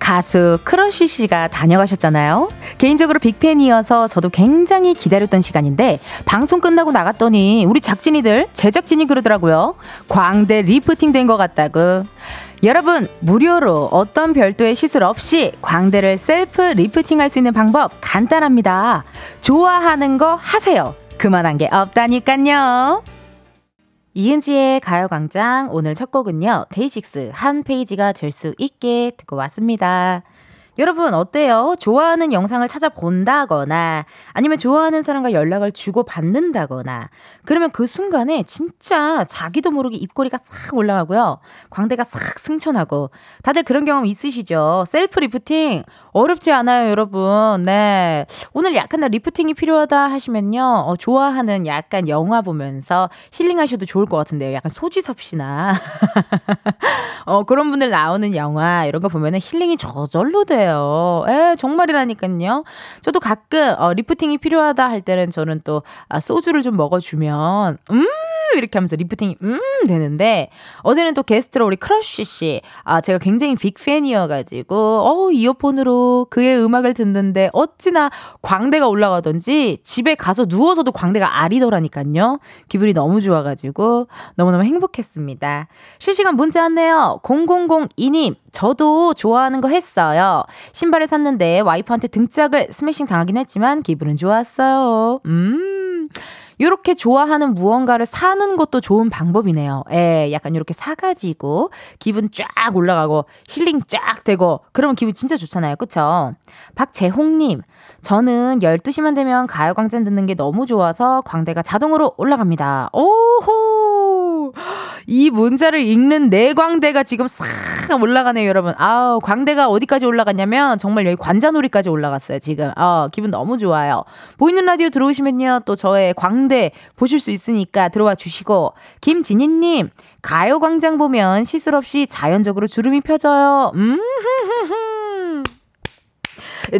가수 크러쉬 씨가 다녀가셨잖아요. 개인적으로 빅팬이어서 저도 굉장히 기다렸던 시간인데 방송 끝나고 나갔더니 우리 작진이들 제작진이 그러더라고요. 광대 리프팅 된 것 같다고. 여러분 무료로 어떤 별도의 시술 없이 광대를 셀프 리프팅할 수 있는 방법 간단합니다. 좋아하는 거 하세요. 그만한 게없다니깐요 이은지의 가요광장 오늘 첫 곡은요 데이식스 한 페이지가 될 수 있게 듣고 왔습니다. 여러분 어때요? 좋아하는 영상을 찾아본다거나 아니면 좋아하는 사람과 연락을 주고 받는다거나 그러면 그 순간에 진짜 자기도 모르게 입꼬리가 싹 올라가고요 광대가 싹 승천하고 다들 그런 경험 있으시죠? 셀프 리프팅 어렵지 않아요 여러분. 네 오늘 약간 나 리프팅이 필요하다 하시면요 어, 좋아하는 약간 영화 보면서 힐링하셔도 좋을 것 같은데요. 약간 소지섭 씨나 어, 그런 분들 나오는 영화 이런 거 보면은 힐링이 저절로 돼요. 에 정말이라니까요. 저도 가끔 어, 리프팅이 필요하다 할 때는 저는 또 아, 소주를 좀 먹어주면 음 이렇게 하면서 리프팅이 음 되는데 어제는 또 게스트로 우리 크러쉬 씨, 아 제가 굉장히 빅 팬이어가지고 어 이어폰으로 그의 음악을 듣는데 어찌나 광대가 올라가던지 집에 가서 누워서도 광대가 아리더라니까요. 기분이 너무 좋아가지고 너무너무 행복했습니다. 실시간 문자 왔네요. 0002님 저도 좋아하는 거 했어요. 신발을 샀는데 와이프한테 등짝을 스매싱 당하긴 했지만 기분은 좋았어요. 음. 이렇게 좋아하는 무언가를 사는 것도 좋은 방법이네요. 예, 약간 이렇게 사가지고 기분 쫙 올라가고 힐링 쫙 되고 그러면 기분 진짜 좋잖아요. 그쵸? 박재홍님, 저는 12시만 되면 가요광장 듣는 게 너무 좋아서 광대가 자동으로 올라갑니다. 오호! 이 문자를 읽는 내 광대가 지금 싹 올라가네요, 여러분. 아우, 광대가 어디까지 올라갔냐면 정말 여기 관자놀이까지 올라갔어요, 지금. 아, 기분 너무 좋아요. 보이는 라디오 들어오시면요, 또 저의 광대 보실 수 있으니까 들어와 주시고. 김진희님, 가요광장 보면 시술 없이 자연적으로 주름이 펴져요. 음, 흐흐흐.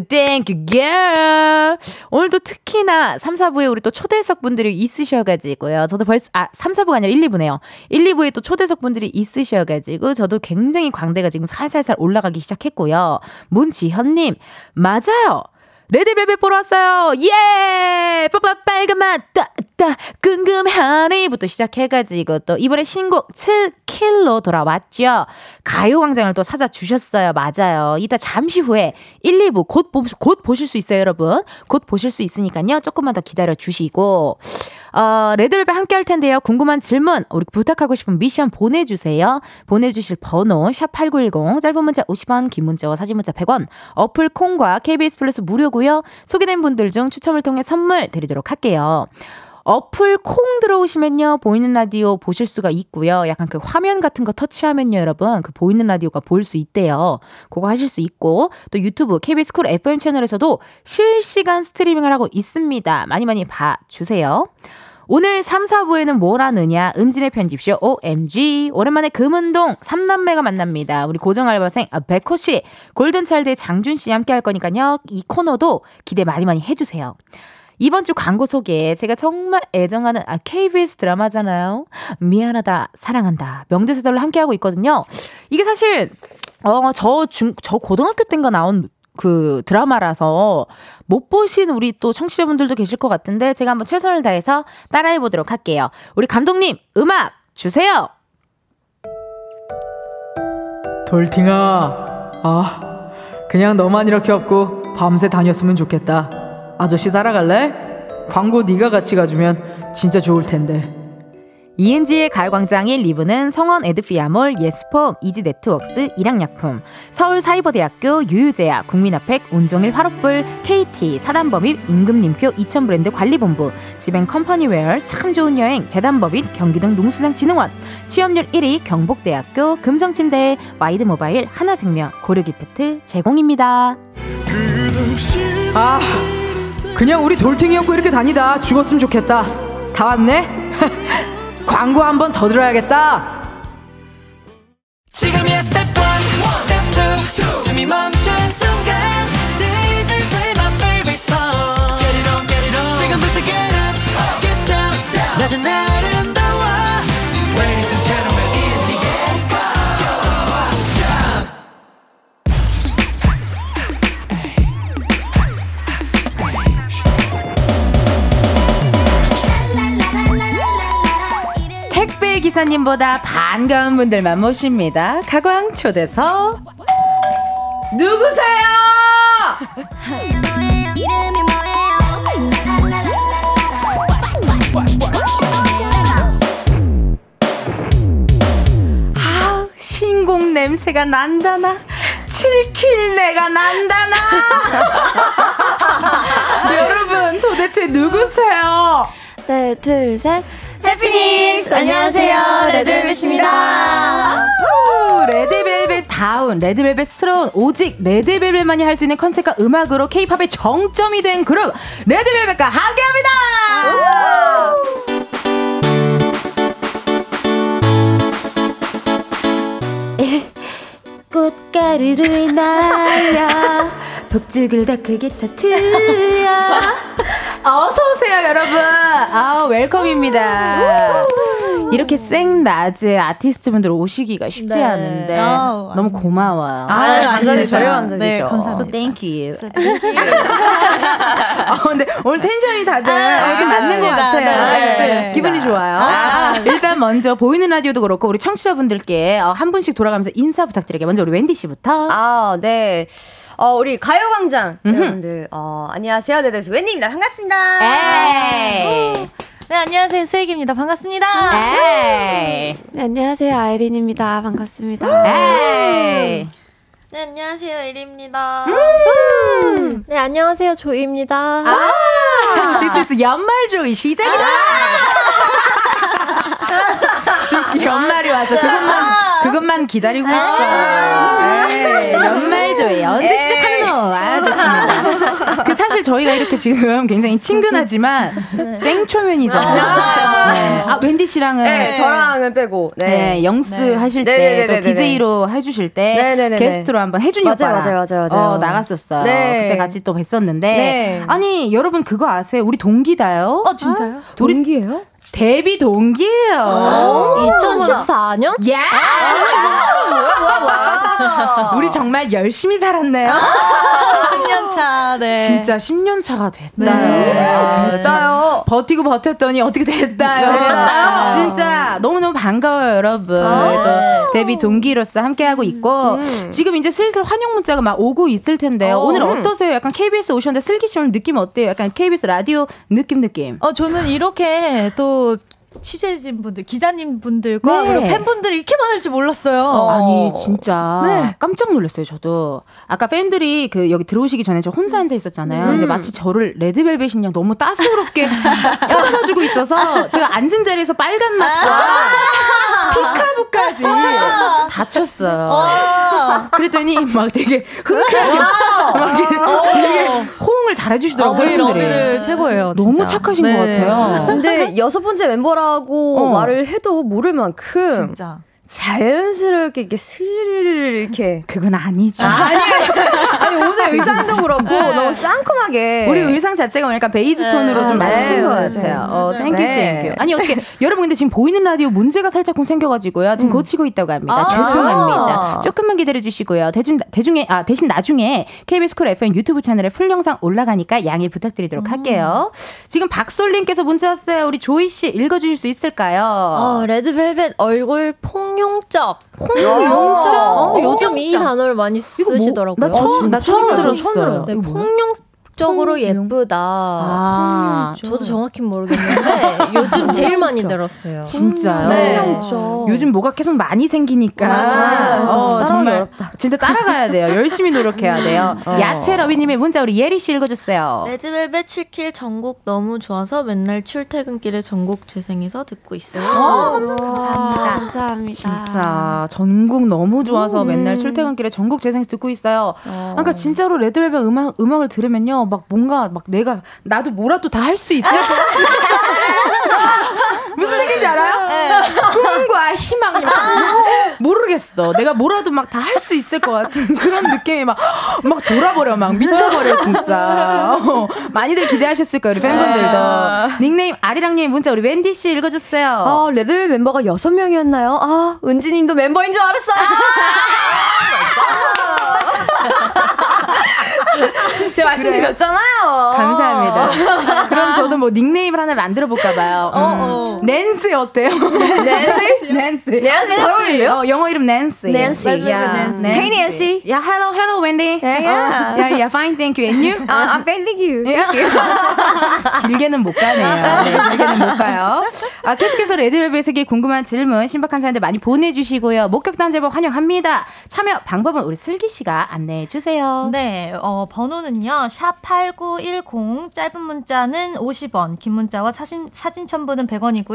Thank you, girl. 오늘도 특히나 3, 4부에 우리 또 초대석 분들이 있으셔가지고요. 저도 벌써, 아, 3, 4부가 아니라 1, 2부네요. 1, 2부에 또 초대석 분들이 있으셔가지고, 저도 굉장히 광대가 지금 살살살 올라가기 시작했고요. 문지현님, 맞아요. 레드벨벳 보러 왔어요. 예! 빠빠 빨간 맛 따따 궁금하니부터 시작해가지고 또 이번에 신곡 7킬로 돌아왔죠. 가요광장을 또 찾아주셨어요. 맞아요. 이따 잠시 후에 1, 2부 곧, 보, 곧 보실 수 있어요 여러분. 곧 보실 수 있으니까요. 조금만 더 기다려주시고 어, 레드벨벳 함께 할 텐데요. 궁금한 질문, 우리 부탁하고 싶은 미션 보내주세요. 보내주실 번호, 샵8910, 짧은 문자 50원, 긴 문자와 사진 문자 100원, 어플 콩과 KBS 플러스 무료고요 소개된 분들 중 추첨을 통해 선물 드리도록 할게요. 어플 콩 들어오시면요 보이는 라디오 보실 수가 있고요 약간 그 화면 같은 거 터치하면요 여러분 그 보이는 라디오가 보일 수 있대요 그거 하실 수 있고 또 유튜브 KBS 쿨 FM 채널에서도 실시간 스트리밍을 하고 있습니다 많이 많이 봐주세요 오늘 3, 4부에는 뭘 하느냐? 은진의 편집쇼 OMG. 오랜만에 금은동 삼남매가 만납니다. 우리 고정 알바생 아, 백호 씨, 골든차일드의 장준 씨 함께 할 거니까요. 이 코너도 기대 많이 많이 해주세요. 이번 주 광고 소개 제가 정말 애정하는 아, KBS 드라마잖아요. 미안하다, 사랑한다, 명대사들로 함께하고 있거든요. 이게 사실 어, 저 중, 저 고등학교 땐가 나온 그 드라마라서 못 보신 우리 또 청취자분들도 계실 것 같은데 제가 한번 최선을 다해서 따라해 보도록 할게요. 우리 감독님 음악 주세요. 돌팅아, 아, 그냥 너만 이렇게 없고 밤새 다녔으면 좋겠다. 아저씨 따라갈래? 광고 네가 같이 가주면 진짜 좋을 텐데. 이은지의 가요광장 1, 2부는 성원 에드피아몰, 예스폼, 이지네트웍스, 일양약품, 서울사이버대학교, 유유제약, 국민아팩, 온종일 화롯불, KT, 사단법인, 임금님표, 이천브랜드 관리본부, 지벤컴퍼니웨어, 참 좋은 여행, 재단법인, 경기동 농수산진흥원, 취업률 1위, 경북대학교, 금성침대, 와이드모바일, 하나생명, 고려기프트 제공입니다. 아, 그냥 우리 돌팅이 형고 이렇게 다니다 죽었으면 좋겠다. 다 왔네? 광고 한 번 더 들어야겠다. 이 멈춘 순간 DJ play my favorite song Get it on get it on 지금부터 get up get down 낮은 아름다워 Ladies and gentlemen it's yeah 택배 기사님보다 반가운 분들만 모십니다. 가광 초대서 누구세요? 이름이 뭐예요? 아, 신곡 냄새가 난다나. 칠킬내가 난다나. 여러분 도대체 누구세요? 네, 둘, 셋. 해피니스! 안녕하세요. 레드벨벳입니다. 우, 레드벨벳 다운, 레드벨벳스러운 오직 레드벨벳만이 할 수 있는 컨셉과 음악으로 케이팝의 정점이 된 그룹 레드벨벳과 함께합니다. 꽃가루를 날려. 복죽을 더 크게 터트려. 어서 오세요, 여러분. 아, 웰컴입니다. 이렇게 생 낮에 아티스트분들 오시기가 쉽지 네. 않은데 아우, 너무 고마워요. 아, 감사드려요. 저희 감사드리죠. 네, So 감사합니다. thank you. 어, 아, 근데 오늘 텐션이 다들 아, 어, 좀 맞는 것 좋습니다. 같아요. 네, 좋습니다. 기분이 좋아요. 일단 먼저 보이는 라디오도 그렇고 우리 청취자분들께 어, 한 분씩 돌아가면서 인사 부탁드릴게요. 먼저 우리 wendy 씨부터. 아, 네. 어, 우리 가요광장 여러분들, 어, 안녕하세요. 네, 그래서 웬입니다. 반갑습니다. 에이. 네, 안녕하세요. 수익입니다. 반갑습니다. 에이. 네, 안녕하세요. 아이린입니다. 반갑습니다. 에이. 네, 안녕하세요. 에리입니다. 네, 안녕하세요. 조이입니다. 아! This is 연말조이 시작이다. 아, 지금 연말이 와서 그것만 그것만 기다리고 아. 아. 있어. 에이, 네, 연말조이 네. 언제 시작하는 거? 아 좋습니다. 그 사실 저희가 이렇게 지금 굉장히 친근하지만 네. 생초면이잖아요. 네. 아 wendy 씨랑은 네, 저랑은 빼고. 네. 네, 영스 하실 때 또 네네네네네. DJ로 해주실 때 네네네네. 게스트로 한번 해준이 맞아요, 오빠랑 맞아요, 맞아요, 맞아요. 어, 나갔었어요. 네. 그때 같이 또 뵀었는데 네. 아니 여러분 그거 아세요? 우리 동기다요. 아, 어, 진짜요? 동기예요? 데뷔 동기예요. 2014년? 예! 아, 우리 정말 열심히 살았네요. 아, 10년 차. 네. 진짜 10년 차가 네. 됐다요. 진짜요? 버티고 버텼더니 어떻게 됐다요. 아, 됐다요. 진짜 너무너무 반가워요, 여러분. 아. 또 데뷔 동기로서 함께하고 있고 음. 지금 이제 슬슬 환영 문자가 막 오고 있을 텐데요. 오늘 어떠세요? 약간 KBS 오셨는데 슬기 씨 오늘 느낌 어때요? 약간 KBS 라디오 느낌 느낌. 어, 저는 이렇게 또 네. 취재진 분들, 기자님 분들과 네. 그리고 팬분들이 이렇게 많을 줄 몰랐어요. 네. 아니 진짜 깜짝 놀랐어요 저도 아까 팬들이 그 여기 들어오시기 전에 저 혼자 앉아 있었잖아요 음. 근데 마치 저를 레드벨벳인 양 너무 따스럽게 쳐다봐주고 있어서 제가 앉은 자리에서 빨간 맛과 아. 피카부까지 다쳤어요 아, 그랬더니 막 되게 흔쾌하게 막 이렇게 되게 호응을 잘해주시더라고요 아. 우리 팬들이 네. 러비들 최고예요. 진짜. 너무 착하신 네. 것 같아요 근데 여섯 번째 멤버라고 어. 말을 해도 모를 만큼 진짜. 자연스럽게 이렇게 스르르 이렇게. 그건 아니죠 아니, 오늘 의상도 그렇고 네. 너무 상큼하게. 우리 의상 자체가 오늘 약간 베이지 톤으로 좀 맞춘 맞아요. 것 같아요. 어, 땡큐, 네. 땡큐. 아니, 어떻게, 여러분 근데 지금 보이는 라디오 문제가 살짝 좀 생겨가지고요. 음. 지금 고치고 있다고 합니다. 아. 죄송합니다. 조금만 기다려주시고요. 대중, 대중에, 아, 대신 나중에 KBS 쿨 FM 유튜브 채널에 풀 영상 올라가니까 양해 음. 부탁드리도록 할게요. 지금 박솔님께서 문자 왔어요. 우리 조이씨 읽어주실 수 있을까요? 어, 레드벨벳 얼굴 폭용적. 폭용적? 어, 요즘 이 단어를 많이 뭐- 쓰시더라고요. 나 처음, 나 처음 들어, 처음 들어요. 네, 폭용적으로 예쁘다. 아, 저도 정확히 모르겠는데 요즘 제일 많이 들었어요. 진짜요? 네. 요즘 뭐가 계속 많이 생기니까 어. 맞아요. 따라가기 정말 어렵다. 어. 진짜 따라가야 돼요. 열심히 노력해야 돼요. 야채 러비님의 문자 우리 예리 씨 읽어주세요. 레드벨벳 7킬 전곡 너무 좋아서 맨날 출퇴근길에 전곡 재생해서 듣고 있어요. 네. 아, 감사합니다. 진짜 전국 너무 좋아서 맨날 출퇴근길에 전국 재생 듣고 음. 있어요. 그러니까 진짜로 레드벨벳 음악 음악을 들으면요, 막 뭔가 막 내가 나도 뭐라도 다 할 수 있을 것 네. 같아. 무슨 얘기인지 알아요? 꿈과 희망 모르겠어. 있어. 내가 뭐라도 막 다 할 수 있을 것 같은 그런 느낌이 막, 막 돌아버려. 막 미쳐버려, 진짜. 어, 많이들 기대하셨을 거예요, 우리 팬분들도. 닉네임 아리랑님 문자 우리 웬디씨 읽어줬어요. 아, 레드벨 멤버가 여섯 명이었나요 아, 은지님도 멤버인 줄 알았어요. 아! 제가 말씀드렸잖아요. 감사합니다. 그럼 저도 뭐 닉네임을 하나 만들어 볼까 봐요. 음. 어. 낸스 어때요? 낸스? 낸스. 낸스 잘 어울린대요? 어, 영어 이름 낸스. 낸시. 야, 낸시. Hey, Nancy. 야, hello, hello, Wendy. Yeah, yeah. 어, 네. yeah, yeah, fine, thank you. And you? 아, I'm failing you. 길게는 못 가네요. 네, 길게는 못 가요. 아, 계속해서 레드벨벳 에게 궁금한 질문, 신박한 사연들 많이 보내주시고요. 목격단 제법 환영합니다. 참여 방법은 우리 슬기 씨가 안내해 주세요. 네, 어, 번호는요. 샵8910 짧은 문자는 50원, 긴 문자와 사진 사진 첨부는 100원이고요.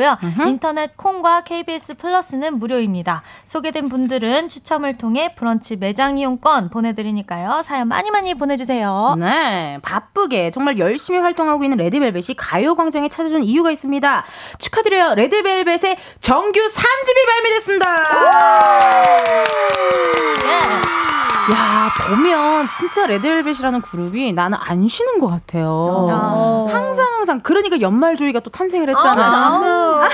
인터넷 콩과 KBS 플러스는 무료입니다. 소개된 분들은 추첨을 통해 브런치 매장 이용권 보내 드리니까요. 사연 많이 많이 보내 주세요. 네, 바쁘게 정말 열심히 활동하고 있는 레드벨벳이 가요광장에 찾아준 이유가 있습니다. 축하드려요. 레드벨벳의 정규 3집이 발매됐습니다. 예. 야, 보면 진짜 레드벨벳이라는 그룹이 나는 안 쉬는 것 같아요. 어. 항상 항상 그러니까 연말 조이가 또 탄생을 했잖아. 아.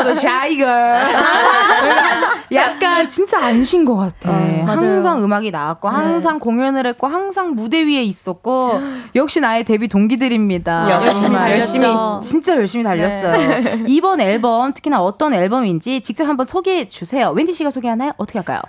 so shy girl. 아, 약간 진짜 안 쉰 것 같아. 항상 음악이 나왔고, 항상 공연을 했고, 항상 무대 위에 있었고, 역시 나의 데뷔 동기들입니다. 열심히 정말 달렸죠. 네. 열심히, 네. 진짜 열심히 네. 달렸어요. 이번 앨범, 특히나 어떤 앨범인지 직접 한번 소개해 주세요. wendy 씨가 소개하나요? 어떻게 할까요?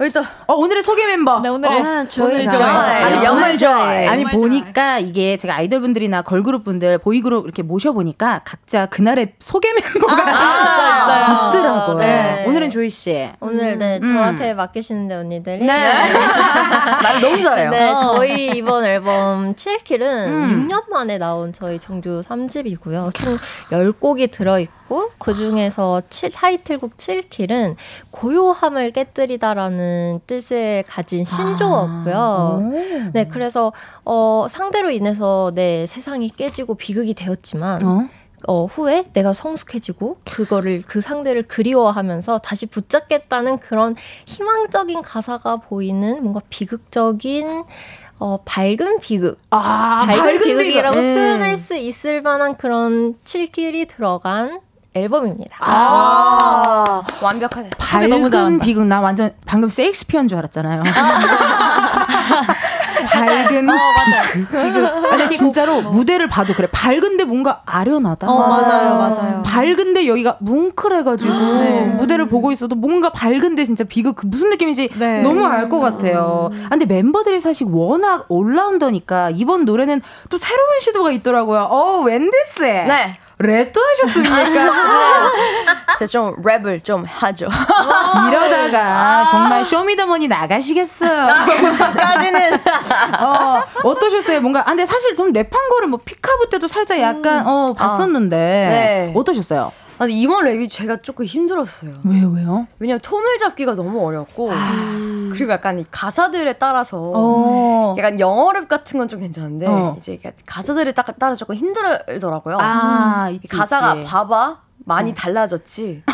일단 어, 오늘의 소개 멤버. 어, 네, 오늘의 어, 오늘은 저희가 좋아요. 아니, 아니, 연말 좋아해. 아니 뭐, 정말 보니까 이게 제가 아이돌 분들이나 걸그룹 분들 보이 그룹 이렇게 모셔 보니까 각자 그날의 소개 멤버가 있어요. 있더라고요. 아, 네. 오늘은 조이 씨. 음. 오늘 네 저한테 맡기시는데 네. 언니들이 말 너무 잘해요. 네, 어. 저희 이번 앨범 7킬은 음. 6년 만에 나온 저희 정규 3집이고요. 총 10곡이 들어있고, 그 중에서 칠- 타이틀곡 7킬은 고요함을 깨뜨리다라는 뜻을 아. 가진 신조어고요. 네, 그래서, 어, 상대로 인해서 내 세상이 깨지고 비극이 되었지만, 어? 어, 후에 내가 성숙해지고 그거를 그 상대를 그리워하면서 다시 붙잡겠다는 그런 희망적인 가사가 보이는 뭔가 비극적인 어, 밝은 비극, 아, 밝은 비가. 비극이라고 표현할 수 있을 만한 그런 칠킬이 들어간 앨범입니다. 아, 완벽하네. 밝은 비극 나 완전 방금 셰익스피어인 줄 알았잖아요. 어, 밝은 비극. 아니 진짜로 무대를 봐도 그래. 밝은데 뭔가 아련하다. 어, 맞아요, 맞아요. 음. 네. 밝은데 여기가 뭉클해가지고 무대를 보고 있어도 뭔가 밝은데 진짜 비극 그 무슨 느낌인지 네. 너무 알 것 같아요. 음. 아, 근데 멤버들이 사실 워낙 올라운더니까 이번 노래는 또 새로운 시도가 있더라고요. 어 웬디스. 네. 랩도 하셨습니까? 제가 좀 랩을 좀 하죠. 어. 아. 이러다가 정말 쇼미더머니 나가시겠어요. 까지는 어, 어떠셨어요? 뭔가, 아, 근데 사실 좀 랩한 거를 뭐 피카부 때도 살짝 음. 약간, 어, 아. 봤었는데. 네. 어떠셨어요? 아니, 이번 랩이 제가 조금 힘들었어요. 왜요, 왜요? 아. 왜냐면 톤을 잡기가 너무 어렵고 그리고 약간 이 가사들에 따라서 어. 약간 영어랩 같은 건 좀 괜찮은데 어. 이제 이렇게 가사들에 따, 따라 조금 힘들더라고요. 아, 이 있지, 가사가 있지. 어. 봐봐 많이 달라졌지.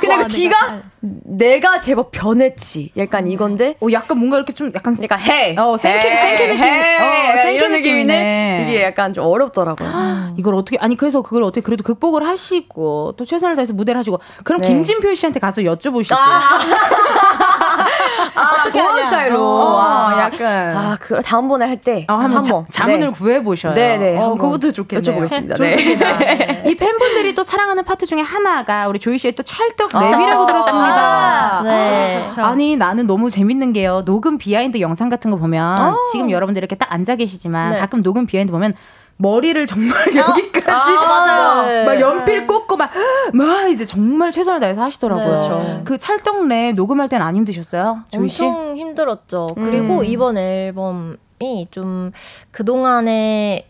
근데 그 아. 뒤가 내가 제법 변했지. 약간 이건데 어, 약간 뭔가 이렇게 좀 약간. 그러니까 헤이 어, 생캐- 헤이, 생캐 느낌. 헤이, 어, 약간 생캐 이런 느낌이네. 느낌이네. 이게 약간 좀 어렵더라고요. 이걸 어떻게 아니 그래서 그걸 어떻게 그래도 극복을 하시고 또 최선을 다해서 무대를 하시고 그럼 네. 김진표 씨한테 가서 여쭤보시죠. 아, 그런 스타일로. 어, 아, 약간. 아, 그 다음번에 할 때. 어, 한번, 자, 한번. 자문을 네. 구해 보셔요. 네네. 어, 한번 그것도 좋겠네요. 여쭤보겠습니다. 네. 좋습니다. 이 팬분들이 또 사랑하는 파트 중에 하나가 우리 조이 씨의 또 찰떡 랩이라고 아. 들었습니다. 네. 아니 나는 너무 재밌는 게요. 녹음 비하인드 영상 같은 거 보면 지금 여러분들 이렇게 딱 앉아 계시지만 어. 네. 어? 가끔 녹음 비하인드 보면 머리를 정말 여기까지 맞아요. 네. 막 연필 꽂고 막, 막 이제 정말 최선을 다해서 하시더라고요. 그렇죠. 그 찰떡랩 녹음할 땐 안 힘드셨어요, 조이 씨? 음. 엄청 힘들었죠. 그리고 이번 앨범이 좀 그동안의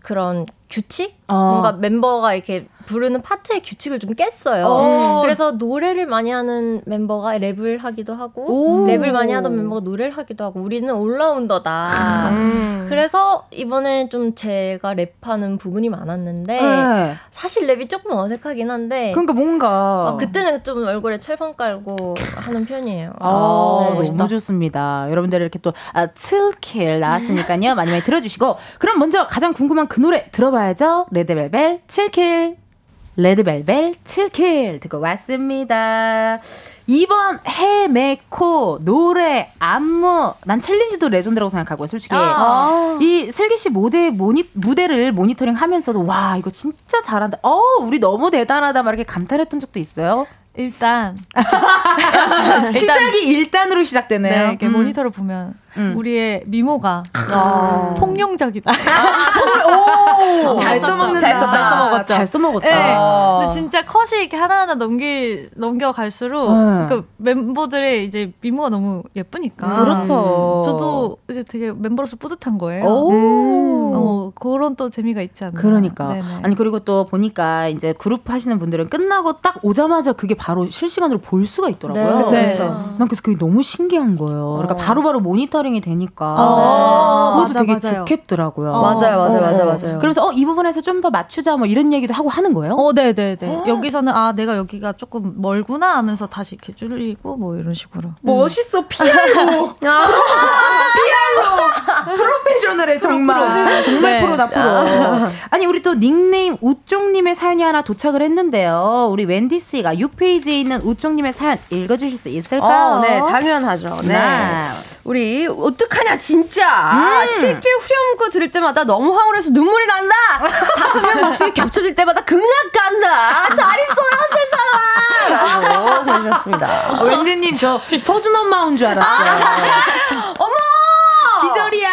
그런 규칙? 어. 뭔가 멤버가 이렇게 부르는 파트의 규칙을 좀 깼어요. 어. 그래서 노래를 많이 하는 멤버가 랩을 하기도 하고 오. 랩을 많이 하던 멤버가 노래를 하기도 하고 우리는 올라운더다. 음. 그래서 이번에 좀 제가 랩하는 부분이 많았는데 네. 사실 랩이 조금 어색하긴 한데 그러니까 뭔가 아, 그때는 좀 얼굴에 철판 깔고 하는 편이에요. 아, 네. 너무 좋습니다. 여러분들 이렇게 또 아, 칠킬 나왔으니까요. 많이 많이 들어주시고 그럼 먼저 가장 궁금한 그 노래 들어봐야죠. 레드벨벳 칠킬 레드벨벳 칠킬 듣고 왔습니다. 이번 해메코 노래 안무 난 챌린지도 레전드라고 생각하고요. 솔직히 이 슬기 씨 무대 모니 무대를 모니터링하면서도 와 이거 진짜 잘한다. 어 우리 너무 대단하다 막 이렇게 감탄했던 적도 있어요. 일단 시작이 일단으로 시작되네요. 네, 이렇게 음. 모니터를 보면 음. 아. 우리의 미모가 폭력적이다. 잘 써먹는다. 아, 잘 썼다. 잘 써먹었죠. 잘 써먹었다. 아. 네. 근데 진짜 컷이 이렇게 하나하나 넘길 넘겨갈수록 네. 그 멤버들의 이제 미모가 너무 예쁘니까. 음. 그렇죠. 저도 이제 되게 멤버로서 뿌듯한 거예요. 오. 어, 그런 또 재미가 있지 않나. 그러니까 네네. 아니 그리고 또 보니까 이제 그룹 하시는 분들은 끝나고 딱 오자마자 그게 바로 실시간으로 볼 수가 있더라고요. 네. 그래서 난 그래서 그게 너무 신기한 거예요. 그러니까 바로바로 모니터링이 되니까 아, 그것도 맞아, 되게 맞아요. 좋겠더라고요. 어. 맞아요, 맞아요, 맞아요, 어. 맞아요. 그래서 어 이 부분에서 좀 더 맞추자 뭐 이런 얘기도 하고 하는 거예요. 어, 네, 네, 네. 여기서는 아 내가 여기가 조금 멀구나 하면서 다시 이렇게 줄이고 뭐 이런 식으로. 음. 멋있어 피알고 프로페셔널해 정말 정말 네. 프로다 프로 아니 우리 또 닉네임 우쪽님의 사연이 하나 도착을 했는데요 우리 웬디 씨가 6페이지에 있는 우쪽님의 사연 읽어주실 수 있을까요? 네, 당연하죠. 네. 네. 우리 어떡하냐 진짜. 음. 칠 7개 후렴구 들을 때마다 너무 황홀해서 눈물이 난다. 다섯 명 목소리 겹쳐질 때마다 극락 간다. 잘 있어요 세상아. 라고 보내주셨습니다. 어, 웬디님 저 서준 엄마 온 줄 알았어요 어머! 기절이야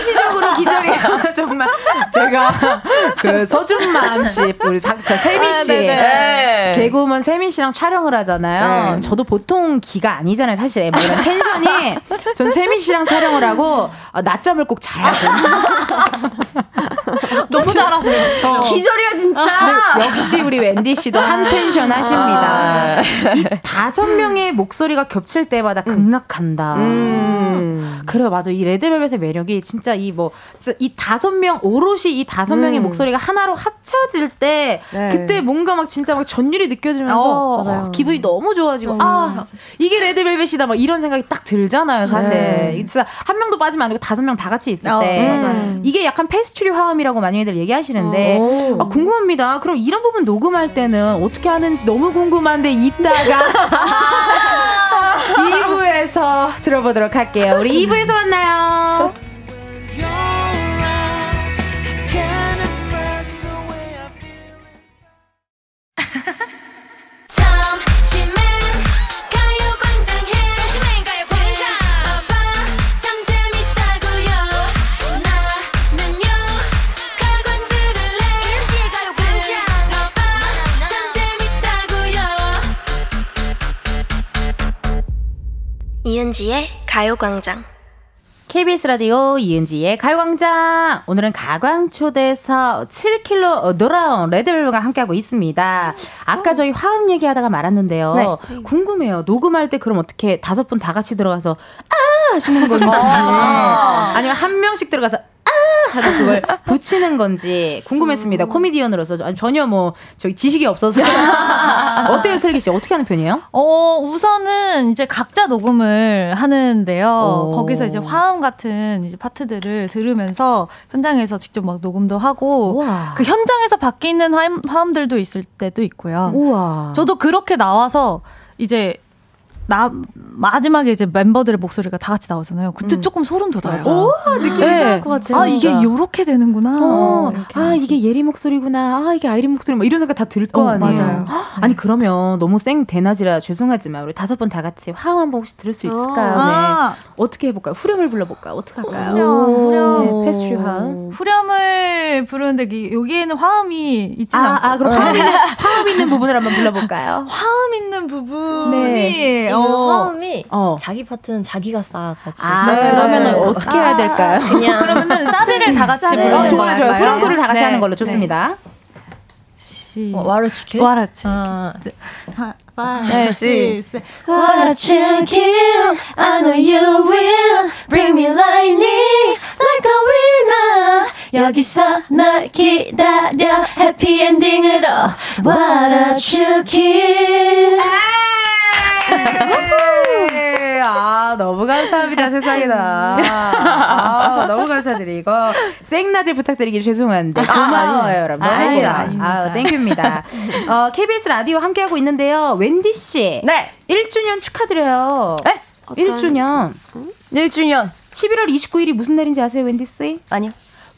기절이야 진짜. 항시적으로 기절이야 정말 제가 그 서준맘 씨 우리 박사 세민 씨 아, 네. 아, 네, 개그우먼 세민 씨랑 촬영을 하잖아요. 네. 저도 보통 기가 아니잖아요, 사실. 뭐 이런 텐션이. 전 세민 씨랑 촬영을 하고 아, 낮잠을 꼭 자야 돼요. 너무 잘하세요. 기절이야 진짜. 어. 아, 역시 우리 웬디 씨도 한 텐션 하십니다. 아. 이 다섯 명의 목소리가 겹칠 때마다 음. 극락한다. 그래 맞아 이 레드벨벳의 매력이 진짜 이 뭐 이 다섯 명 오롯이 이 다섯 음. 명의 목소리가 하나로 합쳐질 때 네. 그때 뭔가 막 진짜 막 전율이 느껴지면서 어, 맞아요. 어, 기분이 너무 좋아지고 음. 아 이게 레드벨벳이다 막 이런 생각이 딱 들잖아요 사실 네. 이게 진짜 한 명도 빠지면 안 되고 다섯 명 다 같이 있을 어, 때 맞아요. 어, 이게 약간 페스츄리 화음이라고 많이들 얘기하시는데 아, 궁금합니다. 그럼 이런 부분 녹음할 때는 어떻게 하는지 너무 궁금한데 이따가 2부에서 들어보도록 할게요. 우리 2부에서 만나요. You're right. Can't express the way I feel. 점심엔 가요광장에 점심엔 가요광장 봐봐 참 재밌다고요 나는요 가관 들을래 일찍 가요광장 봐봐 참 재밌다고요 이은지의 가요광장. KBS 라디오 이은지의 가요광장. 오늘은 가광초대에서 7킬로 어, 돌아온 레드벨벳과 함께하고 있습니다. 아까 저희 화음 얘기하다가 말았는데요. 네. 궁금해요. 녹음할 때 그럼 어떻게 다섯 분 다 같이 들어가서 아 하시는 건지 아니면 한 명씩 들어가서 아 하고 그걸 붙이는 건지 궁금했습니다. 음. 코미디언으로서 아니, 전혀 뭐 저희 지식이 없어서 어때요, 슬기 씨? 어떻게 하는 편이에요? 어, 우선은 이제 각자 녹음을 하는데요. 어. 오. 거기서 이제 화음 같은 이제 파트들을 들으면서 현장에서 직접 막 녹음도 하고 우와. 그 현장에서 바뀌는 화음, 화음들도 있을 때도 있고요. 우와. 저도 그렇게 나와서 이제 나 마지막에 이제 멤버들의 목소리가 다 같이 나오잖아요. 그때 조금 소름 돋아요. 느낌이 네. 아 이게 요렇게 되는구나. 어, 이렇게. 아 이게 예리 목소리구나. 아 이게 아이린 목소리. 뭐 이런 생각 다 들 거 어, 아니에요. 맞아요. 헉, 아니 그러면 너무 생 대낮이라 죄송하지만 우리 다섯 번 다 같이 화음 한번 혹시 들을 수 있을까요? 아, 네. 어떻게 해볼까요? 후렴을 불러볼까요? 어떻게 할까요? 후렴, 네, 후렴. 패스트리 화음. 후렴을 부르는데 이- 여기에는 화음이 있지 아, 않고 네. 아 그럼 화음 있는, 화음 있는 부분을 한번 불러볼까요? 화음 있는 하는 부분이 네. 네. 이 어. 화음이 어. 자기 파트는 자기가 쌓아가지고 아, 아, 그러면은 어떻게 해야 될까요? 그냥 그러면은 사비를 다 같이 사비를. 부르는 어, 거 좋아요, 좋아요. 할까요? 후렴구를 다 같이 네. 하는 걸로 좋습니다. 어, 와로 지켜 와라치. 아, 네, 시. Wanna check you, I know you will Bring me lightning like a winner 여기서 널 기다려 해피 엔딩으로 뭐? Wanna check you 네, 아 너무 감사합니다 세상에나 아, 너무 감사드리고 생낮에 부탁드리기 죄송한데 고마워요 여러분 너무 아닙니다, 고마워요 아 땡큐입니다 어, KBS 라디오 함께하고 있는데요 wendy 씨 네. 1주년 축하드려요 에? 어떤- 네, 1주년 1주년. 11월 29일이 무슨 날인지 아세요 wendy 씨? 아니요.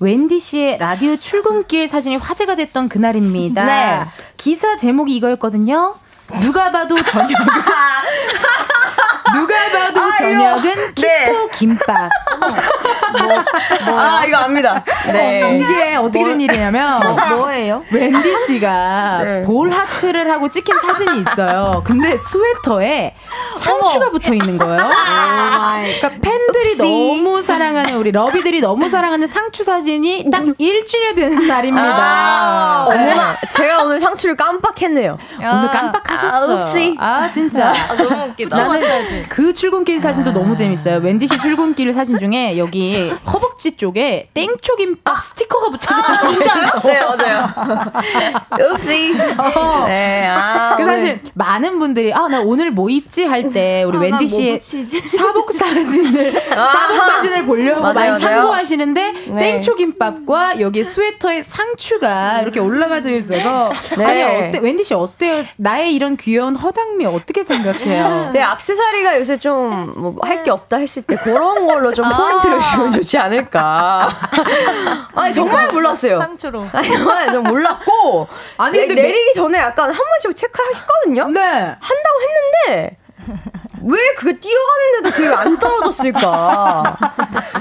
wendy 씨의 라디오 출근길 사진이 화제가 됐던 그날입니다 네. 기사 제목이 이거였거든요 누가 봐도 저녁 누가 봐도 아유. 저녁은 네. 키토 김밥. 뭐, 아, 이거 압니다. 네. 어, 이게 어떻게 된 일이냐면 뭐예요? 웬디 씨가 아, 네. 볼 하트를 하고 찍힌 사진이 있어요. 근데 스웨터에 상추가 붙어 있는 거예요. 그러니까 팬들이 너무 사랑하는 우리 러비들이 너무 사랑하는 상추 사진이 딱 1주년 되는 날입니다. 네. 음. 아. 어머나, 제가 오늘 상추를 깜빡했네요. 오늘 깜빡하셨어. 아, 읍시. 아 진짜. 너무 웃기다 나는 그 출근길 사진도 너무 재밌어요. 웬디 씨 출근길 사진 중에 여기 허벅지 쪽에 땡초김밥 스티커가 붙여져 있어요. 아. 어. 네, 맞아요. 읍시. 네, 아. 그 오늘 사실 많은 분들이 아 나 오늘 뭐 입지 할 때 우리 웬디 씨의 사복 사진을 사복 사진을 보려고 아. 맞아요, 많이 맞아요. 참고하시는데 네. 땡초김밥과 여기 스웨터에 상추가 이렇게 올라가져 있어서 네. 아니 어때 웬디 씨 어때요? 나의 이런 귀여운 허당미 어떻게 생각해요? 네, 악세사리가 요새 좀 뭐 할 게 없다 했을 때 그런 걸로 좀 포인트를 주면 좋지 않을까. 아니 정말 그러니까 몰랐어요. 상추로. 아니 정말 좀 몰랐고 아니, 내, 근데 매- 내리기 전에 약간 한 번씩 체크했거든요. 네. 한다고 했는데 왜 그게 뛰어가는데도 그게 안 떨어졌을까?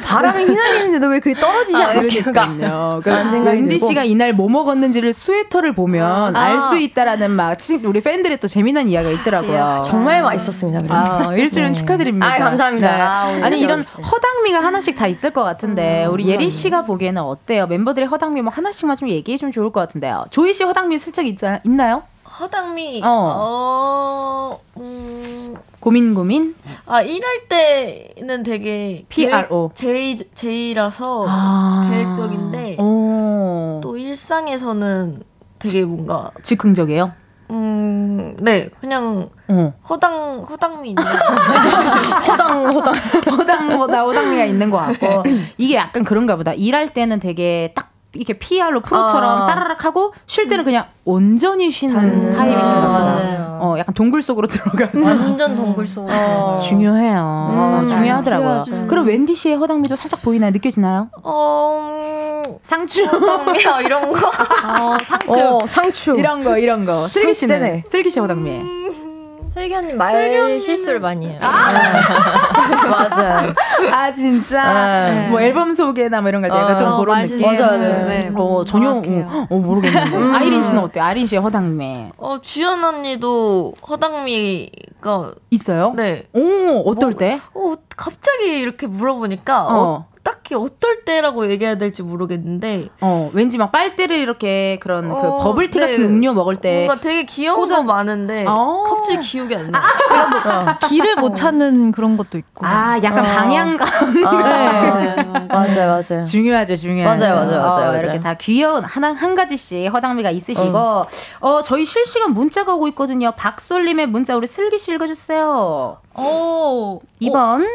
바람이 휘날리는데도 왜 그게 떨어지지 않았을까? 아, 그러니까요. 라는 그러니까 생각이 웬디 들고. 아. 씨가 이날 뭐 먹었는지를 스웨터를 보면 알 수 있다라는 막 친- 우리 팬들의 또 재미난 이야기가 있더라고요. 아, 예. 정말 맛있었습니다. 그래도. 아, 일주년 축하드립니다. 네. 아, 감사합니다. 아, 오늘 아니 이런 진짜 허당미가 하나씩 다 있을 것 같은데 음, 우리 예리 씨가 보기에는 어때요? 멤버들의 허당미 뭐 하나씩만 좀 얘기해 주면 좋을 것 같은데요. 조이 씨 허당미 슬쩍 있, 있나요? 허당미. 어. 어. 음. 고민 고민. 아 일할 때는 되게 PRO. 계획- 제이 라서 아. 계획적인데 오. 또 일상에서는 되게 뭔가 즉흥적이에요. 음네 그냥 어. 허당 허당미 있는 허당 허당 허당 허당 허당미가 있는 것 같고 이게 약간 그런가 보다 일할 때는 되게 딱 이렇게 PR로 프로처럼 어. 아. 따라락 하고 쉴 때는 그냥 온전히 쉬는 스타일이신가 보다. 맞아요. 어, 약간 동굴 속으로 들어가서 완전 동굴 속으로 들어가요. 음, 중요해요. 중요하더라고요. 그럼 웬디 씨의 허당미도 살짝 보이나요? 느껴지나요? 음. 어 음, 상추 허당미 어, 이런 거 상추. 어, 상추. 이런 거 이런 거. 슬기 씨는 세네. 슬기 씨 허당미. 슬기 언니 말 실수를 많이 해요 맞아요. 아 진짜. 네. 뭐 앨범 소개나 뭐 이런 거할 때 약간 좀 어, 그런 말 느낌. 실수. 맞아요, 네. 어 전혀 어, 정확해요. 어, 모르겠는데 아이린 씨는 어때요? 아이린 씨의 허당미 어 주연 언니도 허당미가 있어요? 네 오 어떨 때? 어, 갑자기 이렇게 물어보니까 어. 어. 딱히 어떨 때라고 얘기해야 될지 모르겠는데 어 왠지 막 빨대를 이렇게 그런 어, 그 버블티 네. 같은 음료 먹을 때 뭔가 되게 귀여운 거 많은데 어. 갑자기 기억이 안 나. 뭐 길을 못 찾는 그런 것도 있고. 아, 약간 방향감. 네. 맞아요, 맞아요. 아. 중요하죠, 중요하죠. 맞아요, 맞아요, 맞아요, 어, 맞아요. 이렇게 다 귀여운 한, 한 가지씩 허당미가 있으시고, 어. 저희 실시간 문자가 오고 있거든요. 박솔님의 문자 우리 슬기 씨 읽어주세요. 오, 2번,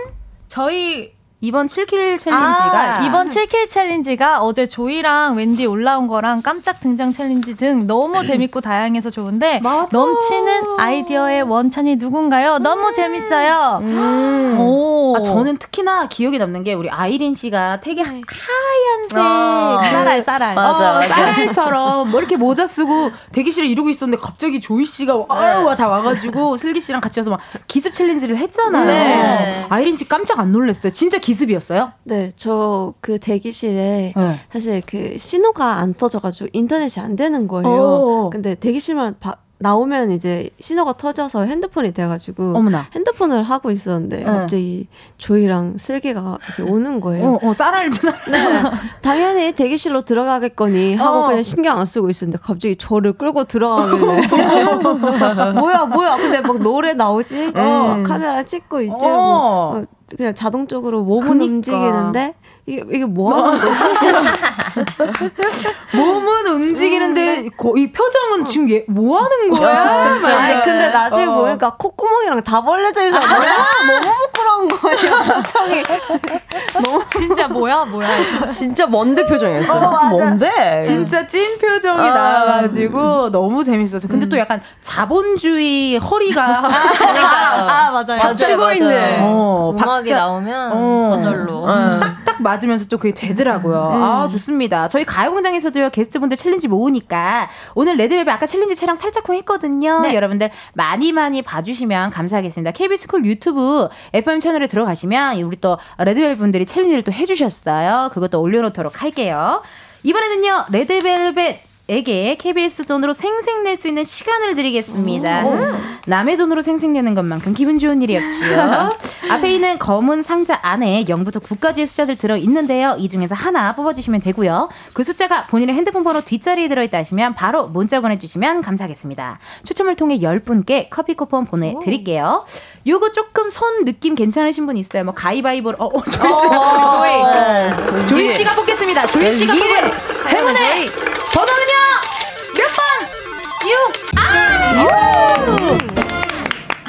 저희 2번 7킬 챌린지가. 아, 이번 7K 챌린지가 어제 조이랑 wendy 올라온 거랑 깜짝 등장 챌린지 등 너무 재밌고 다양해서 좋은데 넘치는 아이디어의 원천이 누군가요? 너무 재밌어요. 오. 어. 아, 저는 특히나 기억에 남는 게 우리 아이린 씨가 되게 하- 하얀색 어. 쌀알 쌀알 네. 맞아, 어, 맞아. 쌀알처럼 뭐 이렇게 모자 쓰고 대기실에 이러고 있었는데 갑자기 조이 씨가 네. 아유 다 와가지고 슬기 씨랑 같이 와서 막 기습 챌린지를 했잖아요. 네. 아이린 씨 깜짝 안 놀랐어요. 진짜 기습이었어요? 네, 저 그 대기실에 네. 사실 그 신호가 안 터져가지고 인터넷이 안 되는 거예요. 오. 근데 대기실만 바, 나오면 이제 신호가 터져서 핸드폰이 돼가지고 어머나. 네. 핸드폰을 하고 있었는데 응. 갑자기 조이랑 슬기가 이렇게 오는 거예요. 어, 어, 쌀알도 네, 당연히 대기실로 들어가겠거니 하고 어. 그냥 신경 안 쓰고 있었는데 갑자기 저를 끌고 들어가길래 뭐야 뭐야 근데 막 노래 나오지 어, 음. 카메라 찍고 이제 뭐, 어, 그냥 자동적으로 몸은 움직이는데 이게 이게 뭐 어. 하는 거지? 몸은 움직이는데 음, 네. 거- 이 표정은 지금 얘 뭐 하는 거야? 막 어. 아니 이런. 근데 나중에 어. 보니까 콧구멍이랑 다 벌레져 있어 뭐야 너무 부끄러운 거예요 표정이 너무 진짜 뭐야 뭐야 진짜 뭔데 표정이었어요 어, 맞아. 뭔데 진짜 찐 표정이 네. 아. 나와가지고 너무 재밌었어요. 근데 또 약간 자본주의 허리가 음. 아, 맞아요. 어, 박치고 맞아요, 있네. 맞아요. 음악이 나오면 어. 저절로. 음, 딱딱 맞으면서 또 그게 되더라고요. 음. 아 좋습니다. 저희 가요공장에서도요 게스트분들 챌린지 모으니까 오늘 레드벨벳 아까 챌린지 차량 살짝쿵 했거든요. 여러분들 많이 많이 봐주시면 감사하겠습니다. KBS 쿨 유튜브 FM 채널에 들어가시면 우리 또 레드벨벳 분들이 챌린지를 또 해주셨어요. 그것도 올려놓도록 할게요. 이번에는요 레드벨벳 에게 KBS 돈으로 생생낼 수 있는 시간을 드리겠습니다. 남의 돈으로 생생내는 것만큼 기분 좋은 일이었지요. 앞에 있는 검은 상자 안에 0부터 9까지의 숫자들 들어 있는데요. 이 중에서 하나 뽑아주시면 되고요. 그 숫자가 본인의 핸드폰 번호 뒷자리에 들어있다 하시면 바로 문자 보내주시면 감사하겠습니다. 추첨을 통해 10분께 커피 쿠폰 보내드릴게요. 요거 조금 손 느낌 괜찮으신 분 있어요? 뭐 가위바위보로 어, 어, 조이 조이 조이 씨가 뽑겠습니다. 조이 씨가 뽑은 예. 행운의 번호는요 몇 번? 6! 아!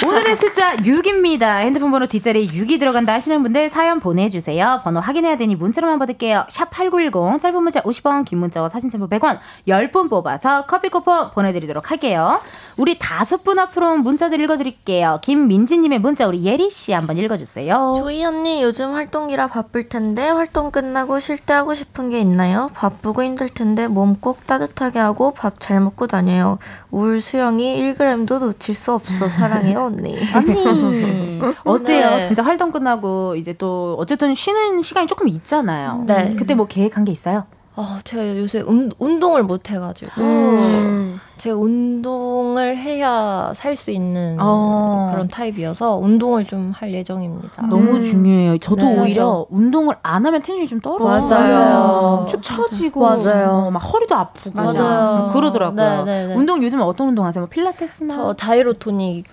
오늘의 숫자 6입니다. 핸드폰 번호 뒷자리에 6이 들어간다 하시는 분들 사연 보내주세요. 번호 확인해야 되니 문자로만 받을게요. 샵8910, 짧은 문자 50원, 긴 문자와 사진 첨부 100원, 10분 뽑아서 커피 쿠폰 보내드리도록 할게요. 우리 다섯 분 앞으로 온 문자들 읽어드릴게요. 김민지님의 문자 우리 예리씨 한번 읽어주세요. 조이 언니 요즘 활동이라 바쁠 텐데 활동 끝나고 쉴 때 하고 싶은 게 있나요? 바쁘고 힘들 텐데 몸 꼭 따뜻하게 하고 밥 잘 먹고 다녀요. 우울 수영이 1g도 놓칠 수 없어 사랑해요 언니. 언니. 어때요? 네. 진짜 활동 끝나고 이제 또 어쨌든 쉬는 시간이 조금 있잖아요. 네. 그때 뭐 계획한 게 있어요? 아, 제가 요새 음- 운동을 못 해가지고 음. 제가 운동을 해야 살 수 있는 어. 그런 타입이어서 운동을 좀 할 예정입니다. 너무 중요해요. 저도 음. 네, 오히려 운동을 안 하면 텐션이 좀 떨어져요. 맞아요. 축 처지고 뭐 맞아요. 막 허리도 아프고 맞아요. 그러더라고요. 네, 네, 네. 운동 요즘 어떤 운동 하세요? 뭐 필라테스나? 저 다이로토닉을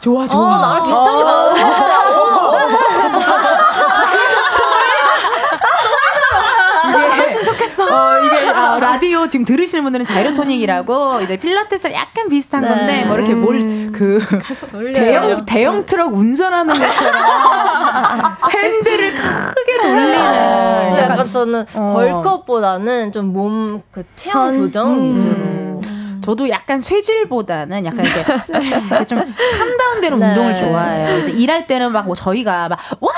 좋아 어. 좋아. 어, 나랑 비슷한 게 했으면 아, 좋겠어. 어, 이게 아, 라디오 지금 들으시는 분들은 자이로토닉이라고 이제 필라테스랑 약간 비슷한 네. 건데 뭐 이렇게 뭘 음, 그 대형 대형 트럭 운전하는 것처럼 아, 핸들을 크게 돌리는 아, 약간, 약간 저는 어. 벌크업보다는 좀 몸 그 체형 교정 위주로 음. 저도 약간 쇠질보다는 약간 이렇게, 이렇게 좀 캄다운되는 네. 운동을 좋아해요. 이제 일할 때는 막 뭐 저희가 막와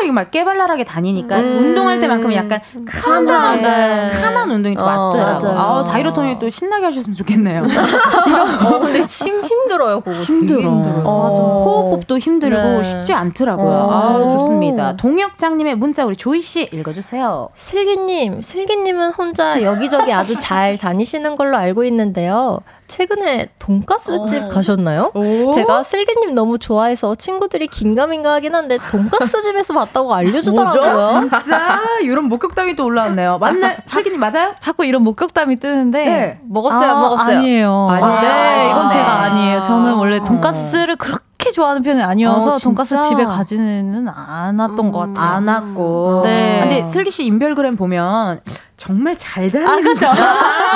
이렇게 막 깨발랄하게 다니니까 음. 운동할 때만큼 약간 캄다운 네. 캄한 운동이 또 어, 맞더라고요. 맞아요. 아, 자이로톤이 또 신나게 하셨으면 좋겠네요. 어, 근데 침 힘들어요, 그거. 힘들어. 되게 힘들어요. 호흡법도 힘들고 네. 어. 쉽지 않더라고요. 아 좋습니다. 동혁장님의 문자 우리 조이 씨 읽어주세요. 슬기님, 슬기님은 혼자 여기저기 아주 잘 다니시는 걸로 알고 있는데요. 최근에 돈가스집 어. 가셨나요? 제가 슬기님 너무 좋아해서 친구들이 긴가민가 하긴 한데 돈가스집에서 봤다고 알려주더라고요. 뭐죠? 진짜 이런 목격담이 또 올라왔네요. 맞나요? 슬기님 맞아요? 자꾸 이런 목격담이 뜨는데 네. 먹었어요, 아, 안 먹었어요? 아니에요. 아니에요? 네, 이건 아, 제가 네. 아니에요. 저는 원래 돈가스를 그렇게 좋아하는 편은 어, 아니어서 진짜? 돈가스 집에 가지는 않았던 것 같아요. 음. 안 왔고. 네. 근데 슬기 씨 인별그램 보면 정말 아, 잘 다니는.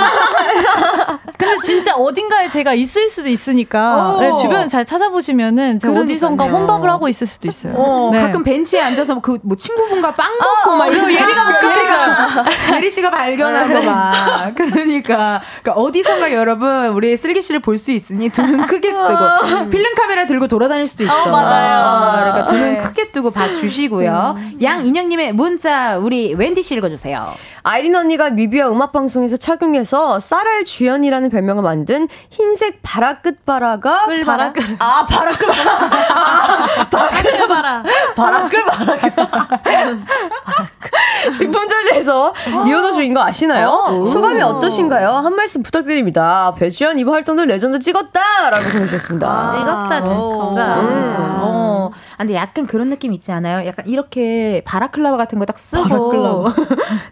그 근데 진짜 어딘가에 제가 있을 수도 있으니까 어. 네, 주변을 잘 찾아보시면은 제가 그러니까요. 어디선가 혼밥을 하고 있을 수도 있어요. 어, 네. 가끔 벤치에 앉아서 그 뭐 친구분과 빵 먹고 어, 막 어, 이런 그리고 예리가 네. 못가겠어요 예리 씨가 발견한 거 막. 그러니까, 그러니까 어디선가 여러분 우리 슬기 씨를 볼 수 있으니 두 눈 크게 아. 뜨고 필름 카메라 들고 돌아다닐 수도 있어. 맞아요. 그러니까 두 눈 네. 크게 뜨고 봐 주시고요. 양인영님의 문자 우리 wendy 씨 읽어주세요. 아이린 언니가 뮤비와 음악 방송에서 착용해서 쌀알 주연이라는 별명을 만든 흰색 바라끝 바라가 바라 아 바라끝 바라 아, 바라끝 바라 바라끝 바라 지금 품절돼서 리오더 중인 거 아시나요? 어. 소감이 오. 어떠신가요? 한 말씀 부탁드립니다. 배지연 이번 활동도 레전드 찍었다라고 보내주셨습니다. 아, 찍었다 진짜. 어. 음. 감사합니다. 어. 아, 근데 약간 그런 느낌 있지 않아요? 약간 이렇게 바라클라바 같은 거 딱 쓰고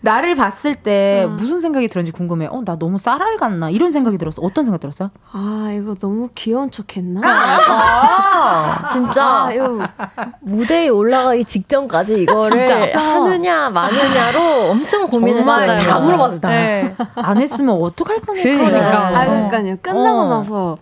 나를 봤을 때 음. 무슨 생각이 들었는지 궁금해. 어, 나 너무 쌀알 같나? 이런 생각이 들었어. 어떤 생각 들었어요? 아 이거 너무 귀여운 척했나? 아, 진짜 아, 이거 그러니까. 무대에 올라가기 직전까지 이거를 진짜. 하느냐 마느냐로 엄청 고민했어요. 정말 다 물어봤어, 다. 네. 안 했으면 어떡할 뻔했어. 아, 그러니까요. 끝나고 어. 나서